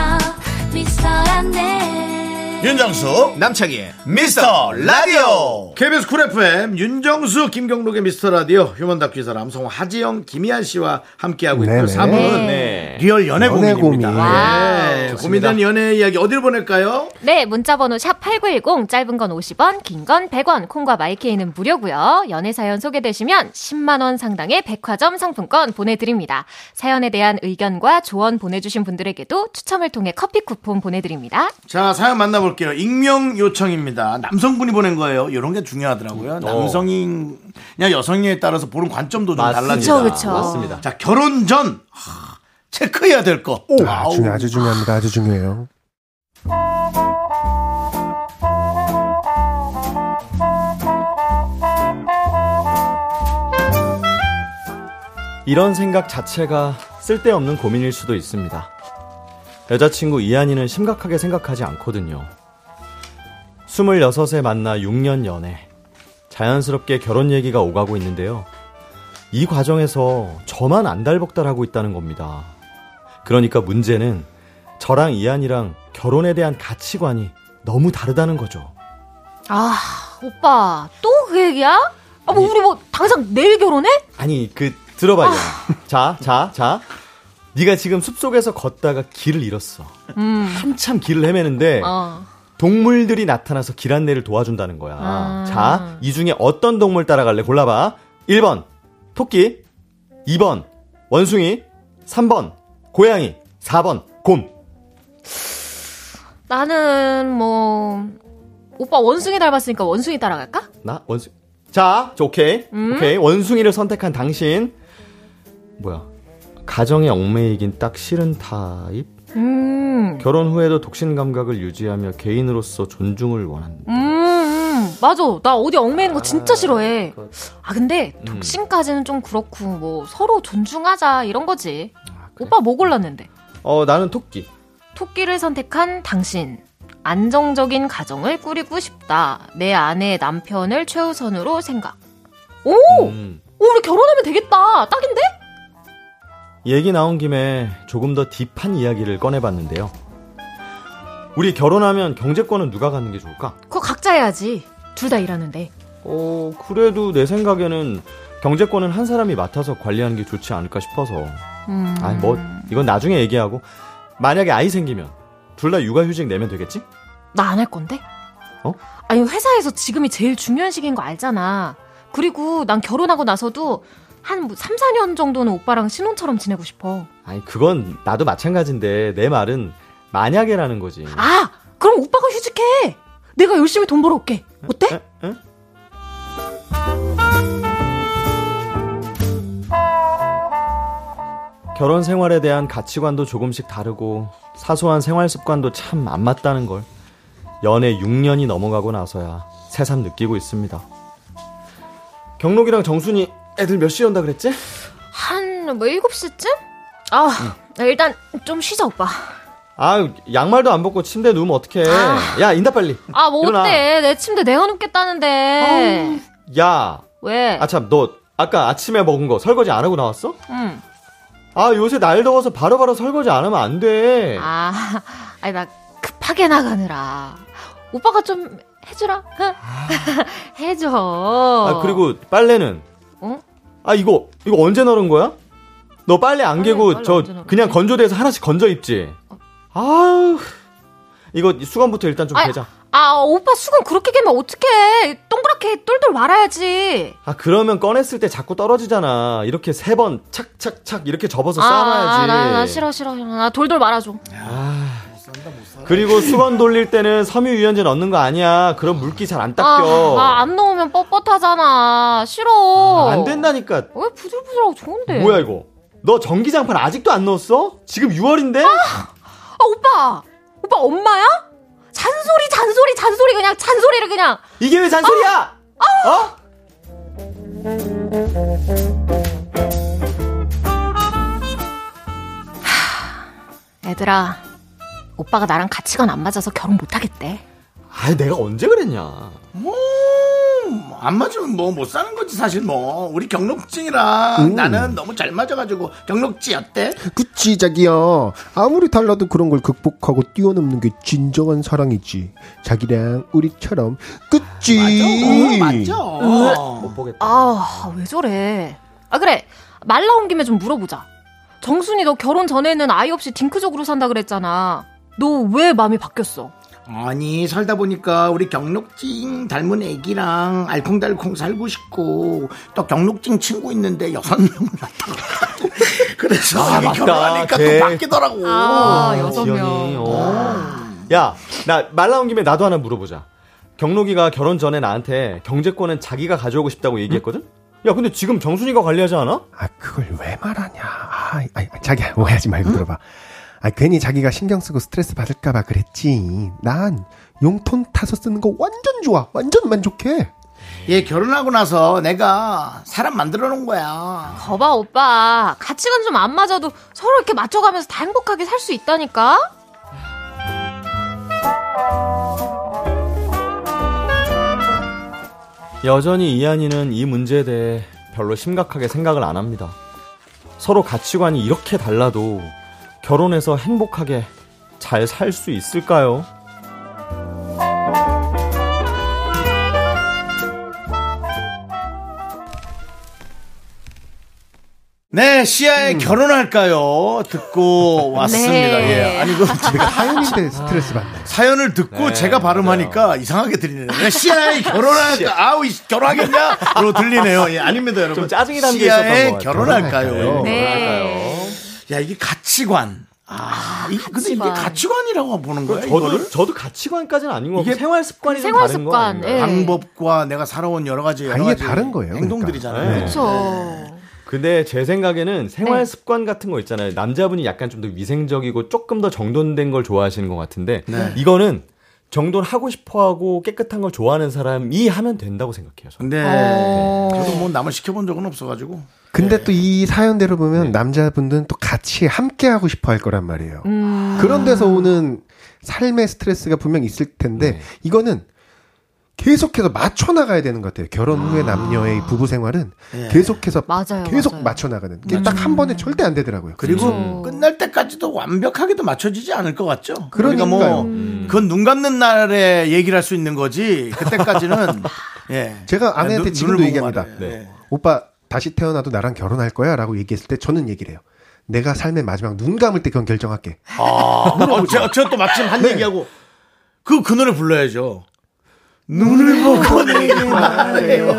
S13: 미스터란데
S1: 윤정수 남창희의 미스터 라디오 KBS 쿨 FM 윤정수 김경록의 미스터 라디오 휴먼 다큐 이 사람 성우 하지영 김희한 씨와 함께하고 있고요
S2: 네네.
S1: 3분
S10: 네.
S1: 리얼 연애
S2: 연애
S1: 고민입니다
S2: 고민.
S1: 네, 고민된 연애 이야기 어디로 보낼까요?
S11: 네, 문자번호 샵8910, 짧은 건 50원, 긴 건 100원, 콩과 마이케이는 무료고요 연애 사연 소개되시면 10만원 상당의 백화점 상품권 보내드립니다. 사연에 대한 의견과 조언 보내주신 분들에게도 추첨을 통해 커피 쿠폰 보내드립니다.
S1: 자 사연 만나볼게요 익명 요청입니다 남성분이 보낸 거예요 이런 게 중요하더라고요 남성이냐 여성이냐에 따라서 보는 관점도 좀
S10: 맞습니다.
S1: 달라지죠
S11: 그쵸, 그쵸.
S10: 맞습니다.
S1: 자 결혼 전 하, 체크해야 될거
S2: 아, 중요, 아주 중요합니다. 아주 중요해요.
S10: 이런 생각 자체가 쓸데없는 고민일 수도 있습니다. 여자친구 이한이는 심각하게 생각하지 않거든요. 26에 만나 6년 연애. 자연스럽게 결혼 얘기가 오가고 있는데요. 이 과정에서 저만 안달복달하고 있다는 겁니다. 그러니까 문제는 저랑 이한이랑 결혼에 대한 가치관이 너무 다르다는 거죠.
S11: 아, 오빠, 또 그 얘기야? 아, 뭐, 우리 뭐, 당장 내일 결혼해?
S10: 아니 그 들어봐 이거. 자, 자, 자. 네가 지금 숲속에서 걷다가 길을 잃었어.
S11: 음,
S10: 한참 길을 헤매는데
S11: 어.
S10: 동물들이 나타나서 길 안내를 도와준다는 거야.
S11: 아.
S10: 자, 이 중에 어떤 동물 따라갈래? 골라봐. 1번 토끼, 2번 원숭이, 3번 고양이, 4번 곰.
S11: 나는, 뭐, 오빠 원숭이 닮았으니까 원숭이 따라갈까?
S10: 나 원숭. 자, 저 오케이.
S11: 음?
S10: 오케이. 원숭이를 선택한 당신. 뭐야? 가정의 얽매이긴 딱 싫은 타입.
S11: 음.
S10: 결혼 후에도 독신 감각을 유지하며 개인으로서 존중을 원한다.
S11: 음, 음. 맞아. 나 어디 얽매이는 거 진짜 싫어해. 아, 근데
S10: 음.
S11: 독신까지는 좀 그렇고, 뭐, 서로 존중하자, 이런 거지.
S10: 아,
S11: 오빠 뭐 골랐는데?
S10: 어, 나는 토끼.
S11: 토끼를 선택한 당신. 안정적인 가정을 꾸리고 싶다. 내 아내, 남편을 최우선으로 생각. 오!
S10: 음.
S11: 오, 우리 결혼하면 되겠다. 딱인데?
S10: 얘기 나온 김에 조금 더 딥한 이야기를 꺼내봤는데요. 우리 결혼하면 경제권은 누가 갖는 게 좋을까?
S11: 그거 각자 해야지. 둘 다 일하는데.
S10: 어, 그래도 내 생각에는 경제권은 한 사람이 맡아서 관리하는 게 좋지 않을까 싶어서.
S11: 음.
S10: 아이, 뭐, 이건 나중에 얘기하고. 만약에 아이 생기면 둘 다 육아휴직 내면 되겠지?
S11: 나 안 할 건데?
S10: 어?
S11: 아니, 회사에서 지금이 제일 중요한 시기인 거 알잖아. 그리고 난 결혼하고 나서도 한 뭐 3, 4년 정도는 오빠랑 신혼처럼 지내고 싶어.
S10: 아니, 그건 나도 마찬가지인데 내 말은 만약에라는 거지.
S11: 아! 그럼 오빠가 휴직해! 내가 열심히 돈 벌어올게. 어때?
S10: 결혼 생활에 대한 가치관도 조금씩 다르고 사소한 생활 습관도 참 안 맞다는 걸 연애 6년이 넘어가고 나서야 새삼 느끼고 있습니다. 경록이랑 정순이 애들 몇 시에 온다 그랬지?
S11: 한 뭐 7시쯤? 아, 나 일단 좀 쉬자, 오빠.
S10: 아 양말도 안 벗고 침대에 누우면 어떡해. 야 인다 빨리.
S11: 아, 뭐
S10: 일어나.
S11: 어때? 내 침대 내가 눕겠다는데.
S10: 야.
S11: 왜?
S10: 아참 너 아까 아침에 먹은 거 설거지 안 하고 나왔어?
S11: 응.
S10: 아 요새 날 더워서 바로바로 설거지 안 하면 안 돼.
S11: 아, 아니, 나 급하게 나가느라. 오빠가 좀 해주라. 응? 해줘.
S10: 아 그리고 빨래는
S11: 어?
S10: 아 이거 이거 언제 널은 거야? 너 빨래 안 개고
S11: 빨래
S10: 저
S11: 언제 네. 어. 널었지?
S10: 그냥 건조대에서 하나씩 건져 입지. 아우 이거 수건부터 일단 좀
S11: 아이,
S10: 개자.
S11: 아, 오빠 수건 그렇게 개면 어떡해. 동그랗게 똘똘 말아야지.
S10: 아 그러면 꺼냈을 때 자꾸 떨어지잖아. 이렇게 세 번 착착착 이렇게 접어서
S11: 아,
S10: 쌓아놔야지.
S11: 나, 나 싫어, 싫어, 싫어. 나 돌돌 말아줘.
S10: 그리고 수건 돌릴 때는 섬유 유연제 넣는 거 아니야. 그럼 물기 잘 안 닦여.
S11: 아, 아, 안 넣으면 뻣뻣하잖아. 싫어.
S10: 아, 안 된다니까.
S11: 왜 부들부들하고 좋은데?
S10: 뭐야 이거? 너 전기장판 아직도 안 넣었어? 지금 6월인데?
S11: 아, 오빠! 오빠 엄마야? 잔소리, 잔소리, 잔소리, 그냥 잔소리를 그냥.
S10: 이게 왜 잔소리야?
S11: 아!
S10: 어?
S11: 얘들아, 오빠가 나랑 가치관 안 맞아서 결혼 못하겠대.
S10: 아니 내가 언제 그랬냐?
S7: 음, 뭐안 맞으면 뭐 못 사는 거지 사실 뭐 우리 경록증이라
S2: 음.
S7: 나는 너무 잘 맞아가지고 경록지 어때?
S2: 그치 자기야 아무리 달라도 그런 걸 극복하고 뛰어넘는 게 진정한 사랑이지 자기랑 우리처럼 그치
S7: 어,
S1: 어,
S11: 음.
S10: 못 보겠다.
S11: 아, 왜 저래? 아, 그래. 말 나온 김에 좀 물어보자. 정순이 너 결혼 전에는 아이 없이 딩크족으로 산다 그랬잖아. 너 왜 마음이 바뀌었어?
S7: 아니 살다 보니까 우리 경록증 닮은 애기랑 알콩달콩 살고 싶고 또 경록증 친구 있는데 여섯 명을 낳다가 그래서
S10: 아,
S7: 이게
S10: 맞다.
S7: 결혼하니까
S10: 걔.
S7: 또 바뀌더라고
S11: 아,
S10: 여섯 명. 야, 나 말 나온 김에 나도 하나 물어보자. 경록이가 결혼 전에 나한테 경제권은 자기가 가져오고 싶다고 얘기했거든? 야, 근데 지금 정순이가 관리하지 않아?
S2: 그걸 왜 말하냐 아, 아이, 자기야 오해하지 말고 들어봐 아, 괜히 자기가 신경 쓰고 스트레스 받을까봐 그랬지 난 용돈 타서 쓰는 거 완전 좋아 완전 만족해
S7: 얘 예, 결혼하고 나서 내가 사람 만들어 놓은 거야
S11: 거봐, 오빠. 가치관 좀 안 맞아도 서로 이렇게 맞춰가면서 다 행복하게 살 수 있다니까?
S10: 여전히 이한이는 이 문제에 대해 별로 심각하게 생각을 안 합니다. 서로 가치관이 이렇게 달라도 결혼해서 행복하게 잘 살 수 있을까요?
S7: 네, 시아의
S10: 음.
S7: 결혼할까요? 듣고 왔습니다.
S1: 네.
S7: 예. 아니, 이거 제가
S2: 사연인데 스트레스 받네.
S7: 사연을 듣고
S1: 네,
S7: 제가 발음하니까 이상하게 들리네요. 네, 시아의 결혼할까? 아우, 이 결혼하겠냐? 로 들리네요. 예, 아닙니다, 여러분.
S10: 좀 짜증이 담겨 있었던 것
S1: 어,
S7: 시아의
S10: 같아요.
S7: 결혼할까요?
S1: 예.
S10: 네.
S7: 야, 이게 가치관.
S1: 아, 이- 근데 이게
S11: 가치관.
S1: 가치관이라고 보는 거예요.
S10: 그렇죠. 저도- 저도 가치관까지는 아닌 거 생활 습관이
S11: 좀 생활 다른 거 습관, 아닌가요? 예.
S1: 방법과 내가 살아온 여러 가지 여러
S10: 아예
S1: 가지
S10: 다른 거예요, 그러니까.
S1: 행동들이잖아요.
S10: 네. 그쵸. 근데 제 생각에는 생활
S11: 네.
S10: 습관 같은 거 있잖아요. 남자분이 약간 좀 더 위생적이고 조금 더 정돈된 걸 좋아하시는 것 같은데
S1: 네.
S10: 이거는 정돈하고 싶어하고 깨끗한 걸 좋아하는 사람이 하면 된다고 생각해요. 저는.
S1: 네.
S11: 그렇죠. 어,
S10: 네.
S1: 저도 뭐 남을 시켜본 적은 없어가지고.
S2: 근데
S1: 네.
S2: 또 이 사연대로 보면 남자분들은 또 같이 함께 하고 싶어 할 거란 말이에요.
S11: 음.
S2: 그런 데서 오는 삶의 스트레스가 분명 있을 텐데
S1: 네.
S2: 이거는 계속해서 맞춰 나가야 되는 것 같아요. 결혼 후에 남녀의 부부 생활은
S1: 네.
S2: 계속해서
S11: 맞아요, 음.
S2: 계속 맞춰 나가는 게 딱 한 번에 절대 안 되더라고요.
S1: 그리고 끝날 때까지도 완벽하게도 맞춰지지 않을 것 같죠.
S2: 그러니까요.
S1: 뭐 그건 눈 감는 날에 얘기를 할 수 있는 거지. 그때까지는 예.
S2: 제가
S1: 야,
S2: 아내한테
S1: 눈-
S2: 지금도
S1: 눈을 보고
S2: 얘기합니다.
S1: 말해. 네.
S2: 오빠 다시 태어나도 나랑 결혼할 거야라고 얘기했을 때 저는 얘기를 해요. 내가 삶의 마지막 눈 감을 때 그건 결정할게.
S1: 아, 어, 제가, 제가 또 마침 한
S2: 네.
S1: 얘기하고 그, 그 노래 불러야죠. 눈을 보고 내게 말해요.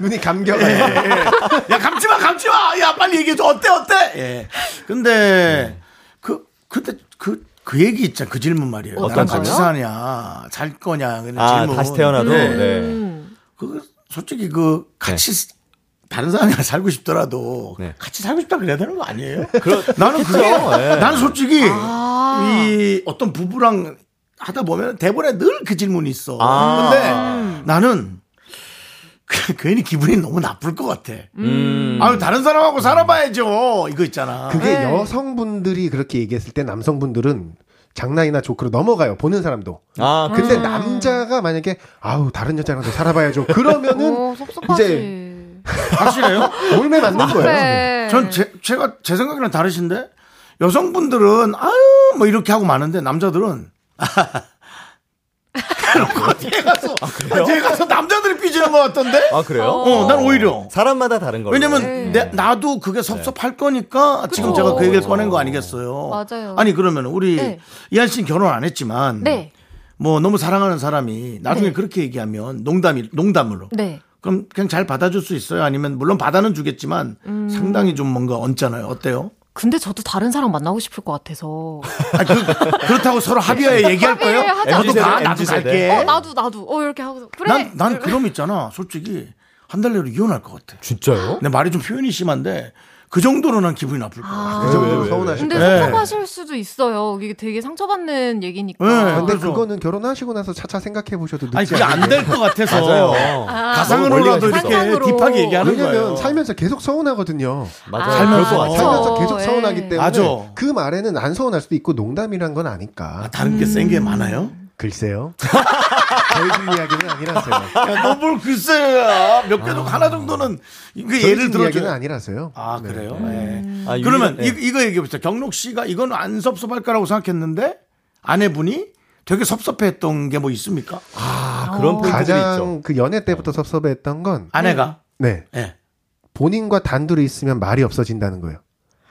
S2: 눈이 감겨가요.
S1: 야, 감지 마, 감지 마! 야, 빨리 얘기해줘. 어때, 어때? 예. 근데, 그, 그때, 그, 그 얘기 있잖아. 그 질문 말이에요.
S10: 어떤
S1: 나랑 같이
S10: 질문?
S1: 사냐, 잘 거냐. 그런
S10: 아,
S1: 질문.
S10: 다시 태어나도?
S11: 음.
S10: 네.
S1: 그, 솔직히 그, 같이, 다른 사람이랑 살고 싶더라도, 같이 살고 싶다 그래야 되는 거 아니에요? 나는 네. 그게,
S10: 예.
S1: 나는 솔직히,
S11: 아.
S1: 이 어떤 부부랑 하다 보면 대본에 늘 그 질문이 있어.
S10: 아.
S1: 근데 나는 그- 괜히 기분이 너무 나쁠 것 같아.
S10: 음.
S1: 아유, 다른 사람하고 살아봐야죠. 이거 있잖아.
S2: 그게 여성분들이 그렇게 얘기했을 때 남성분들은 장난이나 조크로 넘어가요. 보는 사람도.
S10: 아,
S2: 근데
S10: 그렇죠.
S2: 남자가 만약에 아우 다른 여자랑도 살아봐야죠.
S11: 어,
S2: 그러면은 뭐 이제
S1: 확실해요?
S2: 몰매 맞는
S11: 네.
S2: 거예요.
S1: 전 제, 제가 제 생각이랑 다르신데 여성분들은 아유 뭐 이렇게 하고 마는데 남자들은 어디에 가서 어디에 가서 남자들이 삐지는 것 같던데?
S10: 아 그래요? 아,
S1: 어, 난 오히려
S10: 사람마다 다른 거예요.
S1: 왜냐면
S11: 네.
S1: 내- 나도 그게 섭섭할 거니까 지금 제가 그 얘기를 꺼낸 거 아니겠어요?
S11: 맞아요.
S1: 아니 그러면 우리
S11: 네.
S1: 이한 씨는 결혼 안 했지만
S11: 네.
S1: 뭐 너무 사랑하는 사람이 나중에
S11: 네.
S1: 그렇게 얘기하면 농담이 농담으로
S11: 네.
S1: 그럼 그냥 잘 받아줄 수 있어요? 아니면 물론 받아는 주겠지만
S11: 음.
S1: 상당히 좀 뭔가 얹잖아요. 어때요?
S11: 근데 저도 다른 사람 만나고 싶을 것 같아서.
S1: 그렇다고 서로 합의하여 얘기할 거예요?
S11: 합의하자.
S1: 너도 가, 나도
S11: MZ
S1: 갈게.
S11: 어, 나도 나도. 어 이렇게 하고서 그래.
S1: 예? 난, 난 그럼 있잖아. 솔직히 한 달 내로 이혼할 것 같아.
S10: 진짜요?
S1: 내 말이 좀 표현이 심한데 그 정도로 난 기분이 나쁠 것 같아.
S11: 아. 그 정도로
S2: 서운하실
S11: 근데
S1: 거예요. 네.
S11: 섭섭하실 수도 있어요. 이게 되게 상처받는 얘기니까.
S1: 네,
S2: 근데 그거는 결혼하시고 나서 차차 생각해 보셔도 늦지
S1: 아니 그게 안 될 것 같아서
S10: 맞아요.
S1: 어.
S11: 아.
S1: 가상으로라도
S11: 멀리 가셨어.
S1: 이렇게
S11: 상상으로.
S1: 딥하게 얘기하는
S2: 왜냐면
S1: 거예요.
S2: 살면서 계속 서운하거든요.
S10: 맞아요. 아, 그럴 것 같아요.
S2: 살면서
S10: 그렇죠.
S2: 계속
S11: 네.
S10: 예.
S2: 서운하기 때문에
S1: 맞아.
S2: 그 말에는 안 서운할 수도 있고 농담이란 건 아니까.
S1: 다른 게 센 게
S11: 음.
S1: 많아요?
S2: 글쎄요. 저희 집 이야기는 아니라서요.
S1: 너뭘 글쎄야 몇 개도 하나 정도는 그
S2: 저희
S1: 예를
S2: 집
S1: 들어
S2: 이야기는 아니라서요.
S1: 아 그래요?
S2: 음.
S1: 예.
S10: 아,
S1: 그러면
S10: 유일한-
S1: 이, 거 얘기해 봅시다. 경록 씨가 이건 안 섭섭할 거라고 생각했는데 아내분이 되게 섭섭했던 게 뭐 있습니까?
S10: 아, 그런 포인트들이 있죠.
S2: 가장 그 연애 때부터 섭섭했던 건
S1: 어, 아내가
S2: 네.
S1: 예.
S2: 본인과 단둘이 있으면 말이 없어진다는 거예요.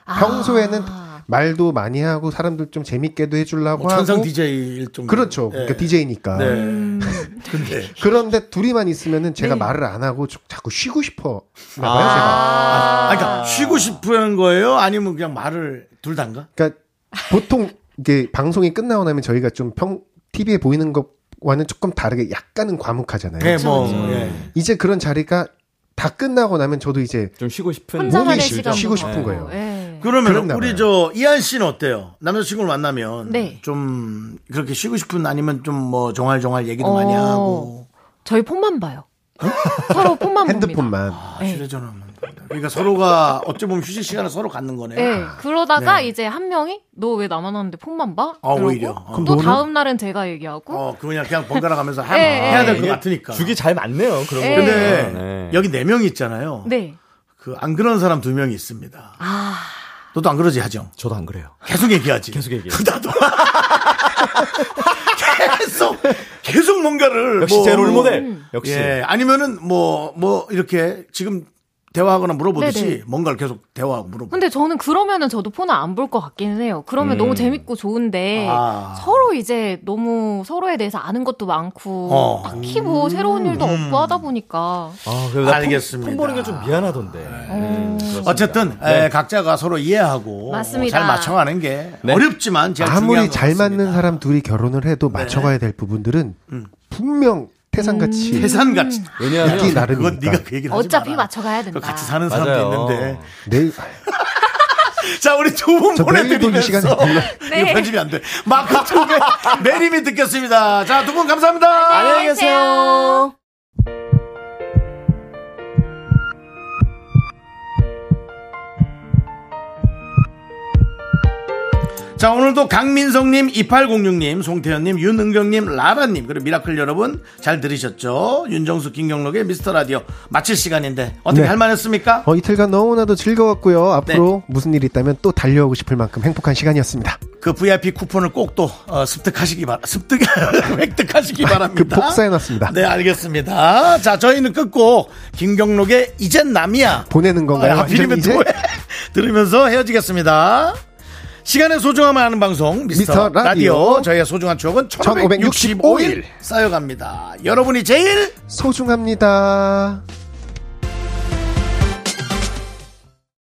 S11: 아.
S2: 평소에는 말도 많이 하고 사람들 좀 재밌게도 해주려고
S1: 뭐 천상
S2: 하고
S1: DJ일 정도. 예.
S2: 그렇죠. 그러니까 음. DJ니까.
S1: 네. 근데
S2: 그런데 둘이만 있으면은
S11: 네.
S2: 제가 말을 안 하고 자- 자꾸 쉬고 싶어. 나 봐요,
S1: 아, 그러니까 쉬고 싶은 거예요? 아니면 그냥 말을 둘 다인가?
S2: 그러니까 보통 이게 방송이 끝나고 나면 저희가 좀 평 TV에 보이는 것과는 조금 다르게 약간은 과묵하잖아요.
S1: 네, 뭐, 예.
S2: 이제 그렇죠, 그런 자리가 다 끝나고 나면 저도 이제
S10: 좀 쉬고 싶은
S2: 몸이
S11: 혼자만의
S2: 쉬-
S11: 시간도
S2: 쉬고 싶은
S1: 네.
S11: 많고.
S2: 거예요.
S11: 예.
S1: 그러면
S2: 그랬나
S1: 우리
S2: 봐요.
S1: 저 이한 씨는 어때요? 남자친구를 만나면
S11: 네.
S1: 좀 그렇게 쉬고 싶은 아니면 좀 뭐 종알종알 얘기도 많이
S11: 어,
S1: 하고
S11: 저희 폰만 봐요. 서로 폰만 봅니다.
S2: 핸드폰만
S1: 아, 휴대전화만 본다. 그러니까 서로가 어찌 보면 휴식 시간을 서로 갖는 거네요.
S11: 예. 그러다가
S1: 아. 네.
S11: 이제 한 명이 너 왜 나만 하는데 폰만 봐?
S1: 아,
S11: 이러고
S1: 오히려. 어.
S11: 또
S1: 그럼 너는?
S11: 다음 날은 제가 얘기하고
S1: 어, 그 그냥 그냥 번갈아 가면서
S11: 예,
S1: 해야
S11: 예.
S1: 될 것 같으니까.
S10: 죽이 잘 네. 맞네요. 그런
S11: 예.
S10: 거.
S1: 근데 여기 네 명이 있잖아요.
S11: 네.
S1: 그 안 그런 사람 두 명이 있습니다.
S11: 아.
S1: 너도 안 그러지 하정.
S10: 저도 안 그래요.
S1: 계속 얘기하지.
S10: 계속 얘기해.
S1: 나도 계속 계속 뭔가를
S10: 역시
S1: 뭐-
S10: 제 롤모델. 역시.
S1: 예, 아니면은 뭐 뭐 이렇게 지금 대화하거나 물어보듯이
S11: 네네.
S1: 뭔가를 계속 대화하고 물어보.
S11: 근데 저는 그러면은 저도 폰을 안 볼 것 같기는 해요. 그러면
S1: 음.
S11: 너무 재밌고 좋은데
S1: 아.
S11: 서로 이제 너무 서로에 대해서 아는 것도 많고
S1: 어. 음.
S11: 딱히 뭐 새로운 일도 없고 하다 보니까
S10: 아,
S1: 알겠습니다.
S10: 폰 보는 게 좀 미안하던데.
S1: 아.
S10: 음, 그렇습니다.
S1: 어쨌든
S10: 네.
S1: 에, 각자가 서로 이해하고 뭐
S11: 맞습니다.
S1: 잘 맞춰가는 게
S10: 네.
S1: 어렵지만 제일
S2: 아무리
S1: 중요한 네. 건
S2: 잘 맞는 사람 둘이 결혼을 해도 맞춰가야 될 부분들은 분명 태산같이
S1: 음. 태산같이
S10: 왜냐하면
S2: 있기 나름이니까.
S1: 그건 네가 그 얘기를 하지
S11: 음. 어차피
S1: 마라.
S11: 맞춰가야 된다.
S1: 같이 사는 사람도
S10: 맞아요.
S1: 있는데.
S2: 내일
S1: 자 우리 두 분
S2: 저 매일
S1: 보내드리면서
S2: 돌기 시간에 불러.
S11: 네.
S1: 이거 편집이 안 돼. 마크 쪽에 매님이 듣겠습니다. 자 두 분 감사합니다.
S11: 안녕히 계세요.
S1: 자 오늘도 강민성님, 2806님, 송태현님, 윤은경님, 라라님 그리고 미라클 여러분 잘 들으셨죠? 윤정수, 김경록의 미스터 라디오 마칠 시간인데 어떻게
S2: 네.
S1: 할만했습니까?
S2: 어, 이틀간 너무나도 즐거웠고요. 앞으로
S1: 네.
S2: 무슨 일이 있다면 또 달려오고 싶을 만큼 행복한 시간이었습니다.
S1: 그 VIP 쿠폰을 꼭 또 어, 습득하시기 바라 습득 획득하시기
S2: 그
S1: 바랍니다.
S2: 복사해놨습니다.
S1: 네 알겠습니다. 자 저희는 끝고 김경록의 이젠 남이야
S2: 보내는 건가요?
S1: 아, 하필이면
S2: 네, 완전히 이제?
S1: 또 들으면서 헤어지겠습니다. 시간의 소중함을 아는 방송 미스터,
S2: 미스터
S1: 라디오.
S2: 라디오.
S1: 저희의 소중한 추억은 1565일
S2: 1565일
S1: 쌓여갑니다. 여러분이 제일
S2: 소중합니다.